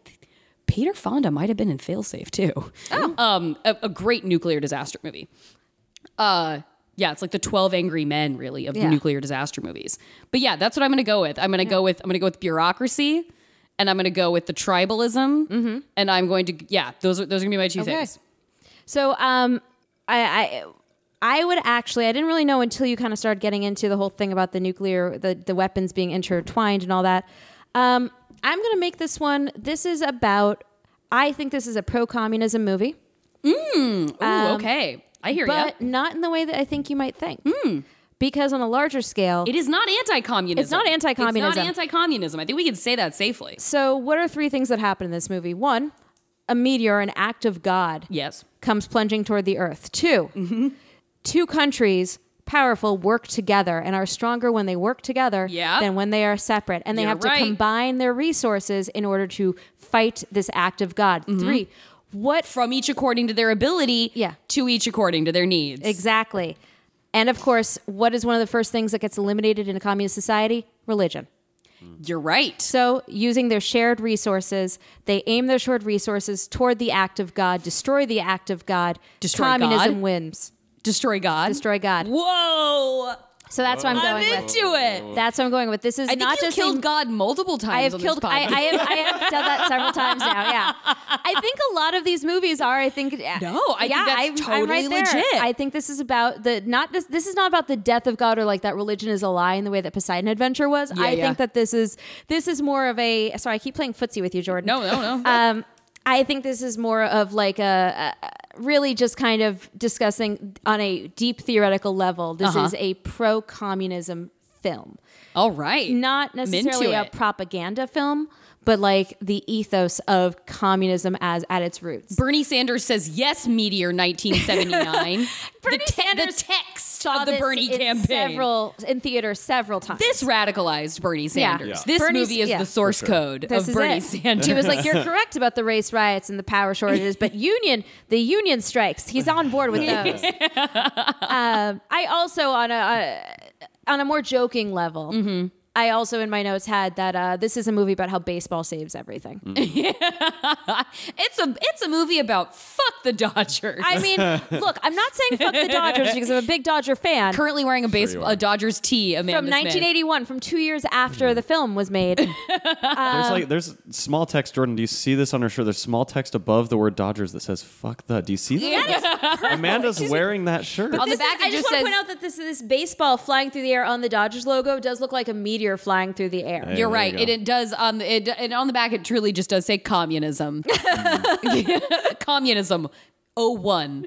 [SPEAKER 2] Peter Fonda might have been in Failsafe too. Oh, um, a, a great nuclear disaster movie. Uh, yeah, it's like the Twelve Angry Men, really, of
[SPEAKER 1] Yeah.
[SPEAKER 2] the nuclear disaster movies. But yeah, that's what I'm gonna go with. I'm gonna go with I'm gonna go with bureaucracy. And I'm going to go with the tribalism,
[SPEAKER 1] Mm-hmm.
[SPEAKER 2] and I'm going to yeah. Those are those are going to be my two things.
[SPEAKER 1] So um, I, I I would actually I didn't really know until you kind of started getting into the whole thing about the nuclear the the weapons being intertwined and all that. Um, I'm gonna make this one. This is about. I think this is a pro communism movie,
[SPEAKER 2] Ooh, okay, I hear you.
[SPEAKER 1] um, but not in the way that I think you might think. Because on a larger scale,
[SPEAKER 2] It is not anti-communism.
[SPEAKER 1] It's not anti-communism.
[SPEAKER 2] It's not anti-communism. I think we can say that safely.
[SPEAKER 1] so what are three things that happen in this movie? One, a meteor, an act of God,
[SPEAKER 2] Yes.
[SPEAKER 1] comes plunging toward the earth. 2
[SPEAKER 2] Mm-hmm.
[SPEAKER 1] two countries, powerful, work together and are stronger when they work together
[SPEAKER 2] Yeah.
[SPEAKER 1] than when they are separate. And they
[SPEAKER 2] You're
[SPEAKER 1] have to
[SPEAKER 2] right.
[SPEAKER 1] combine their resources in order to fight this act of God.
[SPEAKER 2] Mm-hmm.
[SPEAKER 1] Three, what
[SPEAKER 2] From each according to their ability.
[SPEAKER 1] Yeah.
[SPEAKER 2] To each according to their needs.
[SPEAKER 1] exactly? And of course, what is one of the first things that gets eliminated in a communist society? Religion.
[SPEAKER 2] You're right.
[SPEAKER 1] So, using their shared resources, they aim their shared resources toward the act of God, destroy the act of God.
[SPEAKER 2] Destroy
[SPEAKER 1] Communism
[SPEAKER 2] God?
[SPEAKER 1] wins.
[SPEAKER 2] destroy God.
[SPEAKER 1] Destroy God.
[SPEAKER 2] Whoa!
[SPEAKER 1] So that's what I'm
[SPEAKER 2] I'm
[SPEAKER 1] going with.
[SPEAKER 2] into it.
[SPEAKER 1] That's what I'm going with. This is
[SPEAKER 2] I think
[SPEAKER 1] not
[SPEAKER 2] you've
[SPEAKER 1] just
[SPEAKER 2] killed
[SPEAKER 1] a-
[SPEAKER 2] God multiple times.
[SPEAKER 1] I have
[SPEAKER 2] on this
[SPEAKER 1] killed. I,
[SPEAKER 2] podcast.
[SPEAKER 1] I have. I have done that several times now. Yeah, I think a lot of these movies are. I think.
[SPEAKER 2] No, I think
[SPEAKER 1] yeah, I'm-
[SPEAKER 2] that's
[SPEAKER 1] I'm right
[SPEAKER 2] totally
[SPEAKER 1] there.
[SPEAKER 2] legit.
[SPEAKER 1] I think this is about the not this. This is not about the death of God or like that religion is a lie in the way that Poseidon Adventure was. I
[SPEAKER 2] yeah.
[SPEAKER 1] think that this is this is more of a. Sorry, I keep playing footsie with you, Jordan.
[SPEAKER 2] no, no, no.
[SPEAKER 1] Um, I think this is more of like a, a really just kind of discussing on a deep theoretical level. This
[SPEAKER 2] Uh-huh.
[SPEAKER 1] is a pro communism film
[SPEAKER 2] All right.
[SPEAKER 1] not
[SPEAKER 2] into
[SPEAKER 1] necessarily a
[SPEAKER 2] it.
[SPEAKER 1] propaganda film, but like the ethos of communism as at its roots.
[SPEAKER 2] Bernie Sanders says yes, Meteor 1979.
[SPEAKER 1] Bernie
[SPEAKER 2] the, te-
[SPEAKER 1] Sanders
[SPEAKER 2] the text
[SPEAKER 1] Saw
[SPEAKER 2] of the
[SPEAKER 1] this
[SPEAKER 2] Bernie
[SPEAKER 1] in
[SPEAKER 2] campaign.
[SPEAKER 1] several in theater several times.
[SPEAKER 2] this radicalized Bernie Sanders.
[SPEAKER 1] Yeah.
[SPEAKER 2] This
[SPEAKER 1] Bernie's-
[SPEAKER 2] movie is
[SPEAKER 1] yeah.
[SPEAKER 2] the source
[SPEAKER 3] For sure.
[SPEAKER 2] code
[SPEAKER 1] This
[SPEAKER 2] of
[SPEAKER 1] is
[SPEAKER 2] Bernie
[SPEAKER 1] it.
[SPEAKER 2] Sanders.
[SPEAKER 1] He was like, "You're correct about the race riots and the power shortages, but union, the union strikes. He's on board with those." um, I also on a, a on a more joking level.
[SPEAKER 2] Mm-hmm.
[SPEAKER 1] I also in my notes had that uh, this is a movie about how baseball saves everything.
[SPEAKER 2] Mm. It's a it's a movie about fuck the Dodgers.
[SPEAKER 1] I mean, look, I'm not saying fuck the Dodgers because I'm a big Dodger fan.
[SPEAKER 2] currently wearing a
[SPEAKER 3] you
[SPEAKER 2] baseball
[SPEAKER 3] are.
[SPEAKER 2] a Dodgers tee. Amanda
[SPEAKER 1] from 1981, from two years after the film was made.
[SPEAKER 2] Uh,
[SPEAKER 3] There's like there's small text, Jordan. Do you see this on her shirt? There's small text above the word Dodgers that says "fuck the." Do you see that? Amanda's wearing that shirt.
[SPEAKER 2] On the
[SPEAKER 1] This is-
[SPEAKER 2] back, it
[SPEAKER 1] I just
[SPEAKER 2] just
[SPEAKER 1] want
[SPEAKER 2] says-
[SPEAKER 1] to point out that this this baseball flying through the air on the Dodgers logo does look like a meteor flying through the air.
[SPEAKER 3] Hey,
[SPEAKER 2] You're
[SPEAKER 3] there
[SPEAKER 2] right.
[SPEAKER 3] you go.
[SPEAKER 2] it, it does on the it, and on the back it truly just does say communism. communism. 01.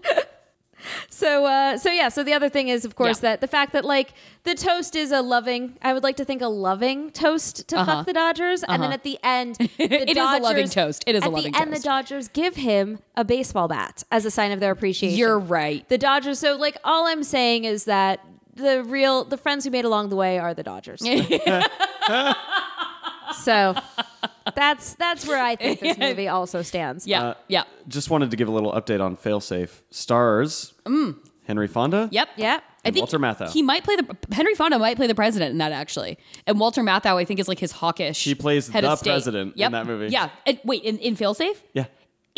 [SPEAKER 1] So, uh, so yeah. So the other thing is, of course,
[SPEAKER 2] Yeah.
[SPEAKER 1] that the fact that like the toast is a loving. I would like to think a loving toast to fuck the Dodgers, and then at the end, the
[SPEAKER 2] Uh-huh. It is a loving
[SPEAKER 1] Dodgers-
[SPEAKER 2] toast. It is a
[SPEAKER 1] at
[SPEAKER 2] loving
[SPEAKER 1] the end,
[SPEAKER 2] toast.
[SPEAKER 1] the Dodgers give him a baseball bat as a sign of their appreciation.
[SPEAKER 2] You're right.
[SPEAKER 1] The Dodgers. So, like, all I'm saying is that the real the friends we made along the way are the Dodgers. so that's that's where I think this movie also stands.
[SPEAKER 2] Yeah.
[SPEAKER 3] Uh,
[SPEAKER 2] yeah.
[SPEAKER 3] Just wanted to give a little update on Failsafe stars. Henry Fonda.
[SPEAKER 2] Mm. Yep.
[SPEAKER 1] Yep.
[SPEAKER 2] I think
[SPEAKER 3] Walter Matthau.
[SPEAKER 2] He might play the Henry Fonda might play the president in that actually, and Walter Matthau I think is like his hawkish.
[SPEAKER 3] He plays
[SPEAKER 2] head
[SPEAKER 3] the
[SPEAKER 2] of state.
[SPEAKER 3] president in that movie.
[SPEAKER 2] Yeah. And wait, in, in Failsafe.
[SPEAKER 3] Yeah.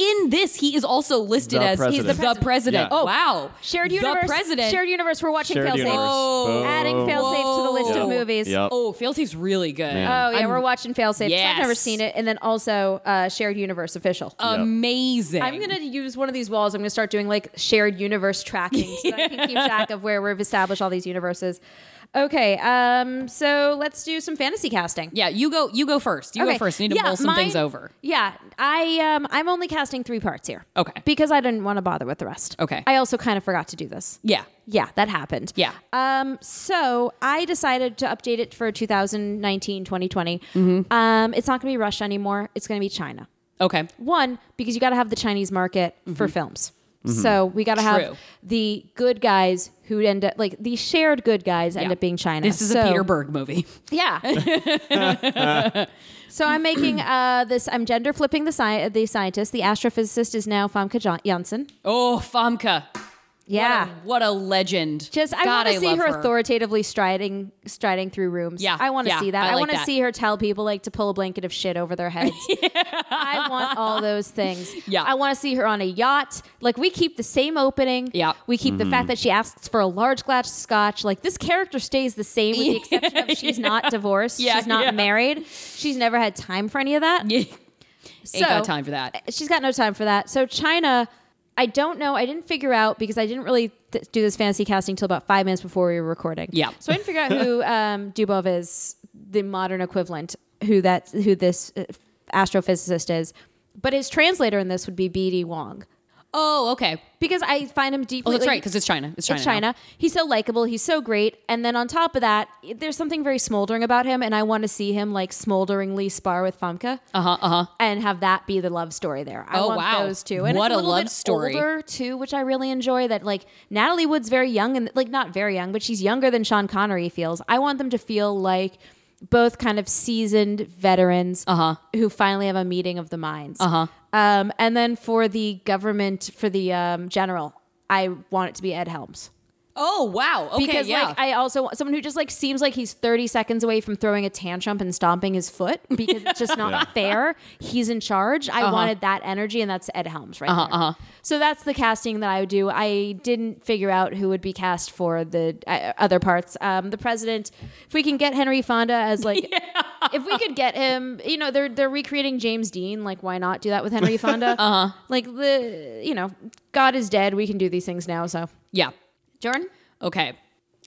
[SPEAKER 2] In this, he is also listed
[SPEAKER 3] The
[SPEAKER 2] as he's the
[SPEAKER 3] president.
[SPEAKER 2] president.
[SPEAKER 3] Yeah.
[SPEAKER 2] Oh wow,
[SPEAKER 1] Shared
[SPEAKER 2] the
[SPEAKER 1] universe.
[SPEAKER 2] president.
[SPEAKER 1] Shared universe. We're watching
[SPEAKER 3] Shared
[SPEAKER 1] Failsafe.
[SPEAKER 3] universe.
[SPEAKER 2] Whoa.
[SPEAKER 3] Boom.
[SPEAKER 1] Adding Failsafe to the list
[SPEAKER 3] Whoa.
[SPEAKER 1] of movies.
[SPEAKER 3] Yep.
[SPEAKER 2] Oh, Failsafe's really good.
[SPEAKER 3] Man.
[SPEAKER 1] Oh yeah,
[SPEAKER 2] I'm-
[SPEAKER 1] we're watching Failsafe. Yes. I've never
[SPEAKER 2] Yes.
[SPEAKER 1] seen it, and then also uh, Shared Universe official.
[SPEAKER 2] Um, Amazing.
[SPEAKER 1] I'm gonna use one of these walls. I'm gonna start doing like shared universe tracking so that I can keep track of where we've established all these universes. Okay, um, so let's do some fantasy casting.
[SPEAKER 2] Yeah, you go. You go first. You
[SPEAKER 1] okay.
[SPEAKER 2] go first. I need to
[SPEAKER 1] Yeah,
[SPEAKER 2] mull some
[SPEAKER 1] mine-
[SPEAKER 2] things over.
[SPEAKER 1] Yeah, I um, I'm only casting three parts here.
[SPEAKER 2] Okay.
[SPEAKER 1] because I didn't want to bother with the rest.
[SPEAKER 2] Okay.
[SPEAKER 1] I also kind of forgot to do this.
[SPEAKER 2] Yeah.
[SPEAKER 1] Yeah, that happened.
[SPEAKER 2] Yeah.
[SPEAKER 1] Um, so I decided to update it for 2019, 2020.
[SPEAKER 2] Mm-hmm.
[SPEAKER 1] Um, it's not going to be Russia anymore. It's going to be China.
[SPEAKER 2] Okay.
[SPEAKER 1] One, because you got to have the Chinese market for films. So we got to
[SPEAKER 2] Mm-hmm. True.
[SPEAKER 1] have the good guys who end up like the shared good guys end
[SPEAKER 2] Yeah.
[SPEAKER 1] up being China.
[SPEAKER 2] This is
[SPEAKER 1] So-
[SPEAKER 2] a Peter Berg movie.
[SPEAKER 1] Yeah. so I'm making uh, this. I'm gender flipping the sci- the scientist. The astrophysicist is now Famke Jan- Janssen.
[SPEAKER 2] Oh, Famke.
[SPEAKER 1] Yeah.
[SPEAKER 2] What a, what a legend.
[SPEAKER 1] Just I
[SPEAKER 2] God,
[SPEAKER 1] want to see
[SPEAKER 2] love
[SPEAKER 1] her, authoritatively striding striding through rooms.
[SPEAKER 2] Yeah,
[SPEAKER 1] I want to
[SPEAKER 2] yeah,
[SPEAKER 1] see that.
[SPEAKER 2] I
[SPEAKER 1] I,
[SPEAKER 2] like
[SPEAKER 1] want to
[SPEAKER 2] that.
[SPEAKER 1] see her tell people like to pull a blanket of shit over their heads. I want all those things.
[SPEAKER 2] Yeah.
[SPEAKER 1] I want to see her on a yacht. Like we keep the same opening.
[SPEAKER 2] Yeah.
[SPEAKER 1] we keep the fact that she asks for a large glass of scotch. Like this character stays the same with the exception of she's not divorced.
[SPEAKER 2] Yeah,
[SPEAKER 1] she's not
[SPEAKER 2] yeah.
[SPEAKER 1] married. She's never had time for any of that.
[SPEAKER 2] Ain't
[SPEAKER 1] So,
[SPEAKER 2] got time for that.
[SPEAKER 1] she's got no time for that. So China, I don't know. I didn't figure out because I didn't really th- do this fantasy casting till about five minutes before we were recording.
[SPEAKER 2] Yeah.
[SPEAKER 1] So I didn't figure out who um, Dubov is, the modern equivalent, who that who this uh, astrophysicist is. But his translator in this would be B.D. Wong
[SPEAKER 2] Oh, okay.
[SPEAKER 1] because I find him deeply.
[SPEAKER 2] Oh, that's
[SPEAKER 1] like,
[SPEAKER 2] right, because it's China. It's China.
[SPEAKER 1] it's
[SPEAKER 2] now.
[SPEAKER 1] China. He's so likable. He's so great. And then on top of that, there's something very smoldering about him, and I want to see him like smolderingly spar with Famke. Uh huh. Uh huh. And have that be the love story there. I
[SPEAKER 2] Oh,
[SPEAKER 1] want
[SPEAKER 2] wow.
[SPEAKER 1] those two. And
[SPEAKER 2] What
[SPEAKER 1] it's
[SPEAKER 2] a
[SPEAKER 1] a, little
[SPEAKER 2] love
[SPEAKER 1] bit
[SPEAKER 2] story.
[SPEAKER 1] Older too, which I really enjoy. That like Natalie Wood's very young and like not very young, but she's younger than Sean Connery feels. I want them to feel like. Both kind of seasoned veterans uh-huh. who finally have a meeting of the minds. Uh-huh. Um, and then for the government, for the um, general, I want it to be Ed Helms
[SPEAKER 2] Oh, wow. Okay,
[SPEAKER 1] because
[SPEAKER 2] yeah.
[SPEAKER 1] like I also want someone who just like seems like he's 30 seconds away from throwing a tantrum and stomping his foot because it's just not fair. He's in charge. I wanted that energy and that's Ed Helms right there. So that's the casting that I would do. I didn't figure out who would be cast for the uh, other parts. Um, the president, if we can get Henry Fonda as like if we could get him, you know, they're they're recreating James Dean, like why not do that with Henry Fonda? uh-huh. Like the you know, God is dead, we can do these things now, so.
[SPEAKER 2] yeah.
[SPEAKER 1] Jordan?
[SPEAKER 2] Okay. I'm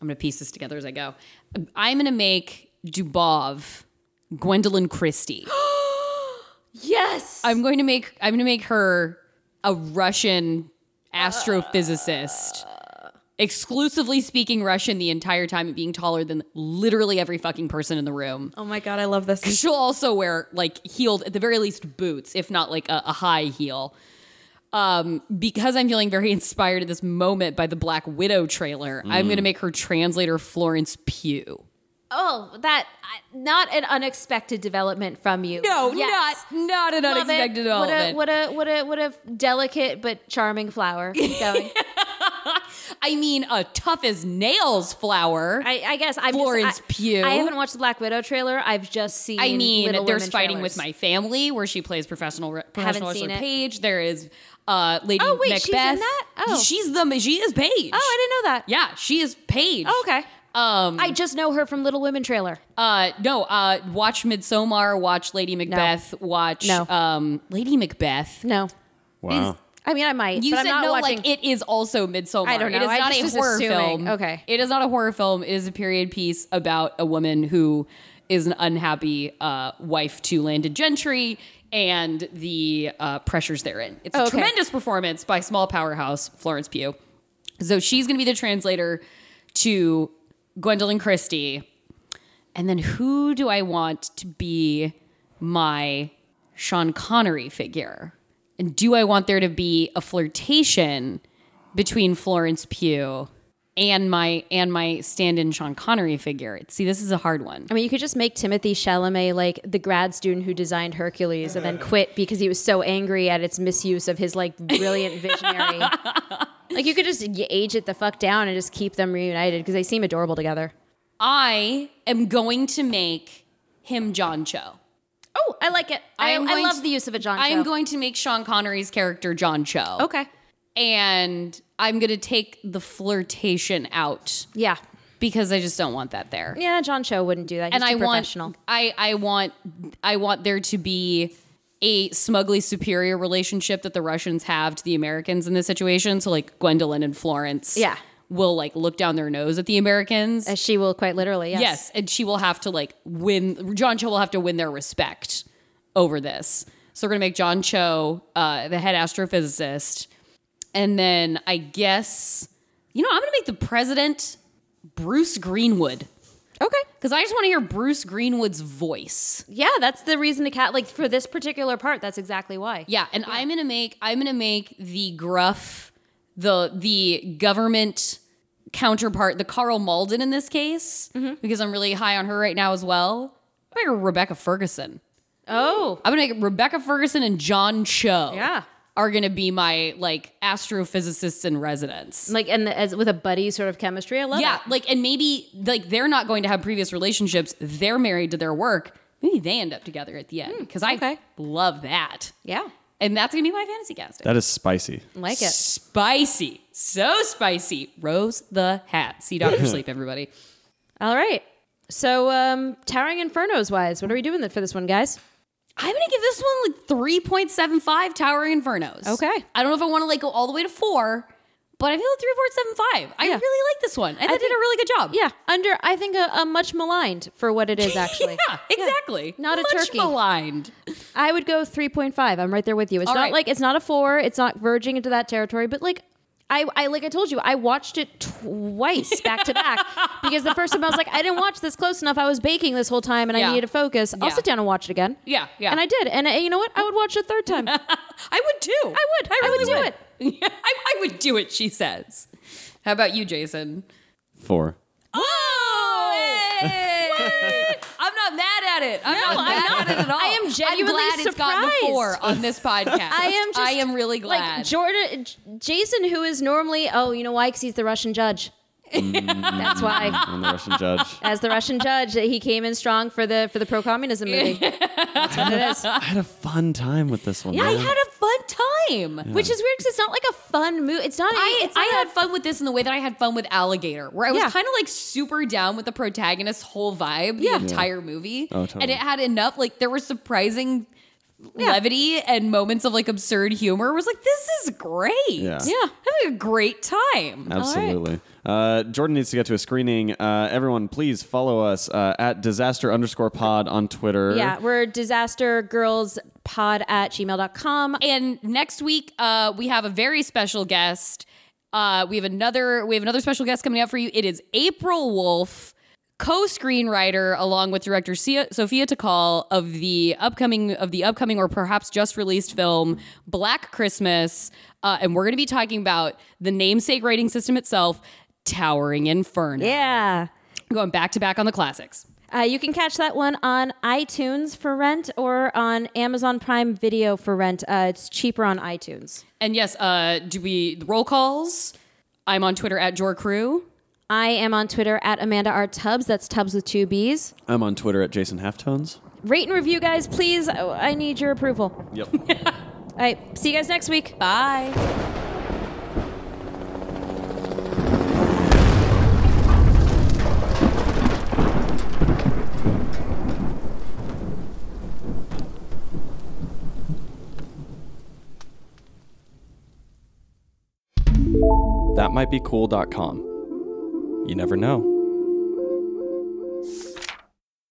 [SPEAKER 2] going to piece this together as I go. I'm going to make Dubov Gwendolyn Christie.
[SPEAKER 1] Yes.
[SPEAKER 2] I'm going to make I'm going to make her a Russian astrophysicist. Exclusively speaking Russian the entire time and being taller than literally every fucking person in the room.
[SPEAKER 1] Oh my god, I love this.
[SPEAKER 2] She'll also wear like heeled, at the very least, boots, if not like a, a high heel. Um, because I'm feeling very inspired at this moment by the Black Widow trailer, I'm
[SPEAKER 1] Mm.
[SPEAKER 2] going to make her translator Florence Pugh.
[SPEAKER 1] Oh, that I- not an unexpected development from you. Yes.
[SPEAKER 2] not not an
[SPEAKER 1] Love it.
[SPEAKER 2] unexpected development.
[SPEAKER 1] What a what a what a what a delicate but charming flower. Keep going.
[SPEAKER 2] I mean, a tough as nails flower.
[SPEAKER 1] I, I guess I'm
[SPEAKER 2] Florence
[SPEAKER 1] just, I,
[SPEAKER 2] Pugh.
[SPEAKER 1] I haven't watched the Black Widow trailer. I've just seen.
[SPEAKER 2] I mean,
[SPEAKER 1] Little
[SPEAKER 2] there's
[SPEAKER 1] Women
[SPEAKER 2] fighting
[SPEAKER 1] trailers.
[SPEAKER 2] with my family where she plays professional re- professional
[SPEAKER 1] seen
[SPEAKER 2] wrestler
[SPEAKER 1] it.
[SPEAKER 2] Paige. There is uh, Lady
[SPEAKER 1] Oh, wait,
[SPEAKER 2] Macbeth.
[SPEAKER 1] she's in that? Oh.
[SPEAKER 2] she's the she is Paige.
[SPEAKER 1] Oh, I didn't know that.
[SPEAKER 2] Yeah, she is Paige.
[SPEAKER 1] Oh, okay.
[SPEAKER 2] Um.
[SPEAKER 1] I just know her from Little Women trailer.
[SPEAKER 2] Uh. No. Uh. Watch Midsommar. Watch Lady Macbeth. Watch.
[SPEAKER 1] No.
[SPEAKER 2] Um. Lady Macbeth.
[SPEAKER 1] No,
[SPEAKER 3] Wow.
[SPEAKER 1] I mean I might.
[SPEAKER 2] You
[SPEAKER 1] but
[SPEAKER 2] said
[SPEAKER 1] I'm not
[SPEAKER 2] no.
[SPEAKER 1] watching.
[SPEAKER 2] Like it is also Midsommar.
[SPEAKER 1] I don't
[SPEAKER 2] It
[SPEAKER 1] know.
[SPEAKER 2] is
[SPEAKER 1] I
[SPEAKER 2] not
[SPEAKER 1] just was
[SPEAKER 2] a horror
[SPEAKER 1] assuming.
[SPEAKER 2] film.
[SPEAKER 1] Okay.
[SPEAKER 2] It is not a horror film. It is a period piece about a woman who is an unhappy uh, wife to landed gentry and the uh, pressures therein. It's a
[SPEAKER 1] Okay.
[SPEAKER 2] tremendous performance by small powerhouse Florence Pugh. So she's going to be the translator to Gwendolyn Christie. And then who do I want to be my Sean Connery figure? And do I want there to be a flirtation between Florence Pugh and my and my stand-in Sean Connery figure? See, this is a hard one.
[SPEAKER 1] I mean, you could just make Timothy Chalamet like the grad student who designed Hercules and then quit because he was so angry at its misuse of his like brilliant visionary Like you could just y- age it the fuck down and just keep them reunited because they seem adorable together.
[SPEAKER 2] I am going to make him John Cho.
[SPEAKER 1] Oh, I like it. I,
[SPEAKER 2] am
[SPEAKER 1] I
[SPEAKER 2] going
[SPEAKER 1] love
[SPEAKER 2] to-
[SPEAKER 1] the use of a John.
[SPEAKER 2] I
[SPEAKER 1] Cho.
[SPEAKER 2] am going to make Sean Connery's character John Cho.
[SPEAKER 1] Okay.
[SPEAKER 2] And I'm going to take the flirtation out
[SPEAKER 1] Yeah.
[SPEAKER 2] because I just don't want that there.
[SPEAKER 1] Yeah, John Cho wouldn't do that. He's
[SPEAKER 2] and
[SPEAKER 1] too
[SPEAKER 2] I want
[SPEAKER 1] professional.
[SPEAKER 2] I I want I want there to be a smugly superior relationship that the Russians have to the Americans in this situation. So like Gwendolyn and Florence,
[SPEAKER 1] Yeah.
[SPEAKER 2] will like look down their nose at the Americans.
[SPEAKER 1] As she will quite literally. Yes.
[SPEAKER 2] Yes, and she will have to like win. John Cho will have to win their respect over this. So we're gonna make John Cho uh, the head astrophysicist, and then I guess you know I'm gonna make the president Bruce Greenwood
[SPEAKER 1] Okay.
[SPEAKER 2] because I just want to hear Bruce Greenwood's voice.
[SPEAKER 1] Yeah, that's the reason to cat like for this particular part. That's exactly why.
[SPEAKER 2] Yeah, and I'm gonna make I'm gonna make the gruff, the the government counterpart, the Carl Malden in this case,
[SPEAKER 1] Mm-hmm.
[SPEAKER 2] because I'm really high on her right now as well. I'm gonna make her Rebecca Ferguson.
[SPEAKER 1] Oh.
[SPEAKER 2] I'm gonna make Rebecca Ferguson and John Cho.
[SPEAKER 1] Yeah.
[SPEAKER 2] Are gonna be my like astrophysicists in residence.
[SPEAKER 1] Like and the, as with a buddy sort of chemistry. I love
[SPEAKER 2] yeah,
[SPEAKER 1] it.
[SPEAKER 2] like and maybe like they're not going to have previous relationships. They're married to their work. Maybe they end up together at the end because I
[SPEAKER 1] Hmm, okay.
[SPEAKER 2] love that.
[SPEAKER 1] Yeah.
[SPEAKER 2] And that's gonna be my fantasy casting.
[SPEAKER 3] That is spicy.
[SPEAKER 1] Like it.
[SPEAKER 2] Spicy. So spicy. Rose the hat. See Dr. Sleep, everybody.
[SPEAKER 1] All right. So um Towering Infernos wise, what are we doing for this one, guys?
[SPEAKER 2] I'm gonna give this one like 3.75 Towering Infernos.
[SPEAKER 1] Okay.
[SPEAKER 2] I don't know if I wanna like go all the way to four, but I feel like 3.75. I
[SPEAKER 1] Yeah.
[SPEAKER 2] really like this one. I think they did
[SPEAKER 1] think-
[SPEAKER 2] a really good job.
[SPEAKER 1] Yeah. Under I think a, a much maligned for what it is actually.
[SPEAKER 2] Yeah, exactly.
[SPEAKER 1] Not a
[SPEAKER 2] Much
[SPEAKER 1] turkey.
[SPEAKER 2] maligned.
[SPEAKER 1] I would go 3.5. I'm right there with you. It's
[SPEAKER 2] All
[SPEAKER 1] not
[SPEAKER 2] right.
[SPEAKER 1] like it's not a 4, it's not verging into that territory, but like I, I like I told you, I watched it twice back to back because the first time I was like, I didn't watch this close enough. I was baking this whole time and
[SPEAKER 2] Yeah.
[SPEAKER 1] I needed to focus. I'll
[SPEAKER 2] Yeah.
[SPEAKER 1] sit down and watch it again.
[SPEAKER 2] Yeah, yeah.
[SPEAKER 1] And I did. And uh, you know what? I would watch it a third time.
[SPEAKER 2] I would too. I
[SPEAKER 1] would. I would do
[SPEAKER 2] do it. I, I would do it, she says. How about you, Jason?
[SPEAKER 3] Four.
[SPEAKER 2] Whoa! What? Oh, I'm not mad at it. I'm not mad at it at all.
[SPEAKER 1] I am genuinely
[SPEAKER 2] I'm glad it's gotten a
[SPEAKER 1] surprised.
[SPEAKER 2] four on this podcast.
[SPEAKER 1] I am just
[SPEAKER 2] I am really glad.
[SPEAKER 1] Like Jordan J- Jason who is normally, oh, you know why? Cuz he's the Russian judge. That's why
[SPEAKER 3] I'm the Russian judge.
[SPEAKER 1] as the Russian judge that he came in strong for the for the pro communism movie. That's what it is.
[SPEAKER 3] I had a fun time with this one.
[SPEAKER 2] I
[SPEAKER 3] man.
[SPEAKER 2] had a fun time.
[SPEAKER 1] Which is weird because it's not like a fun movie. It's not.
[SPEAKER 2] I,
[SPEAKER 1] it's not
[SPEAKER 2] I had fun with this in the way that I had fun with Alligator, where I was
[SPEAKER 1] Yeah.
[SPEAKER 2] kind of like super down with the protagonist's whole vibe the
[SPEAKER 1] Yeah.
[SPEAKER 2] entire movie.
[SPEAKER 3] Oh, totally.
[SPEAKER 2] And it had enough, like, there were surprising levity and moments of like absurd humor. It was like, this is great.
[SPEAKER 3] Yeah.
[SPEAKER 1] Yeah.
[SPEAKER 2] Having a great time.
[SPEAKER 3] Absolutely. Uh, Jordan needs to get to a screening. Uh, everyone, please follow us uh, at disaster underscore pod on Twitter.
[SPEAKER 1] yeah, we're disaster girls pod at gmail.com.
[SPEAKER 2] And next week, uh, we have a very special guest. Uh, we have another we have another special guest coming up for you. It is April Wolf, co-screenwriter along with director Sia, Sophia Takal of the upcoming of the upcoming or perhaps just released film Black Christmas. Uh, and we're going to be talking about the namesake rating system itself, Towering Inferno.
[SPEAKER 1] Yeah.
[SPEAKER 2] Going back to back on the classics.
[SPEAKER 1] Uh, you can catch that one on iTunes for rent or on Amazon Prime Video for rent. Uh, it's cheaper on iTunes.
[SPEAKER 2] And yes, uh, do we roll calls? I'm on Twitter at Jor Crew.
[SPEAKER 1] I am on Twitter at Amanda R. Tubbs. That's Tubbs with two B's.
[SPEAKER 3] I'm on Twitter at Jason Halftones.
[SPEAKER 1] Rate and review, guys, please. Oh, I need your approval.
[SPEAKER 3] Yep.
[SPEAKER 1] All right. See you guys next week.
[SPEAKER 2] Bye.
[SPEAKER 3] That might be cool.com. You never know.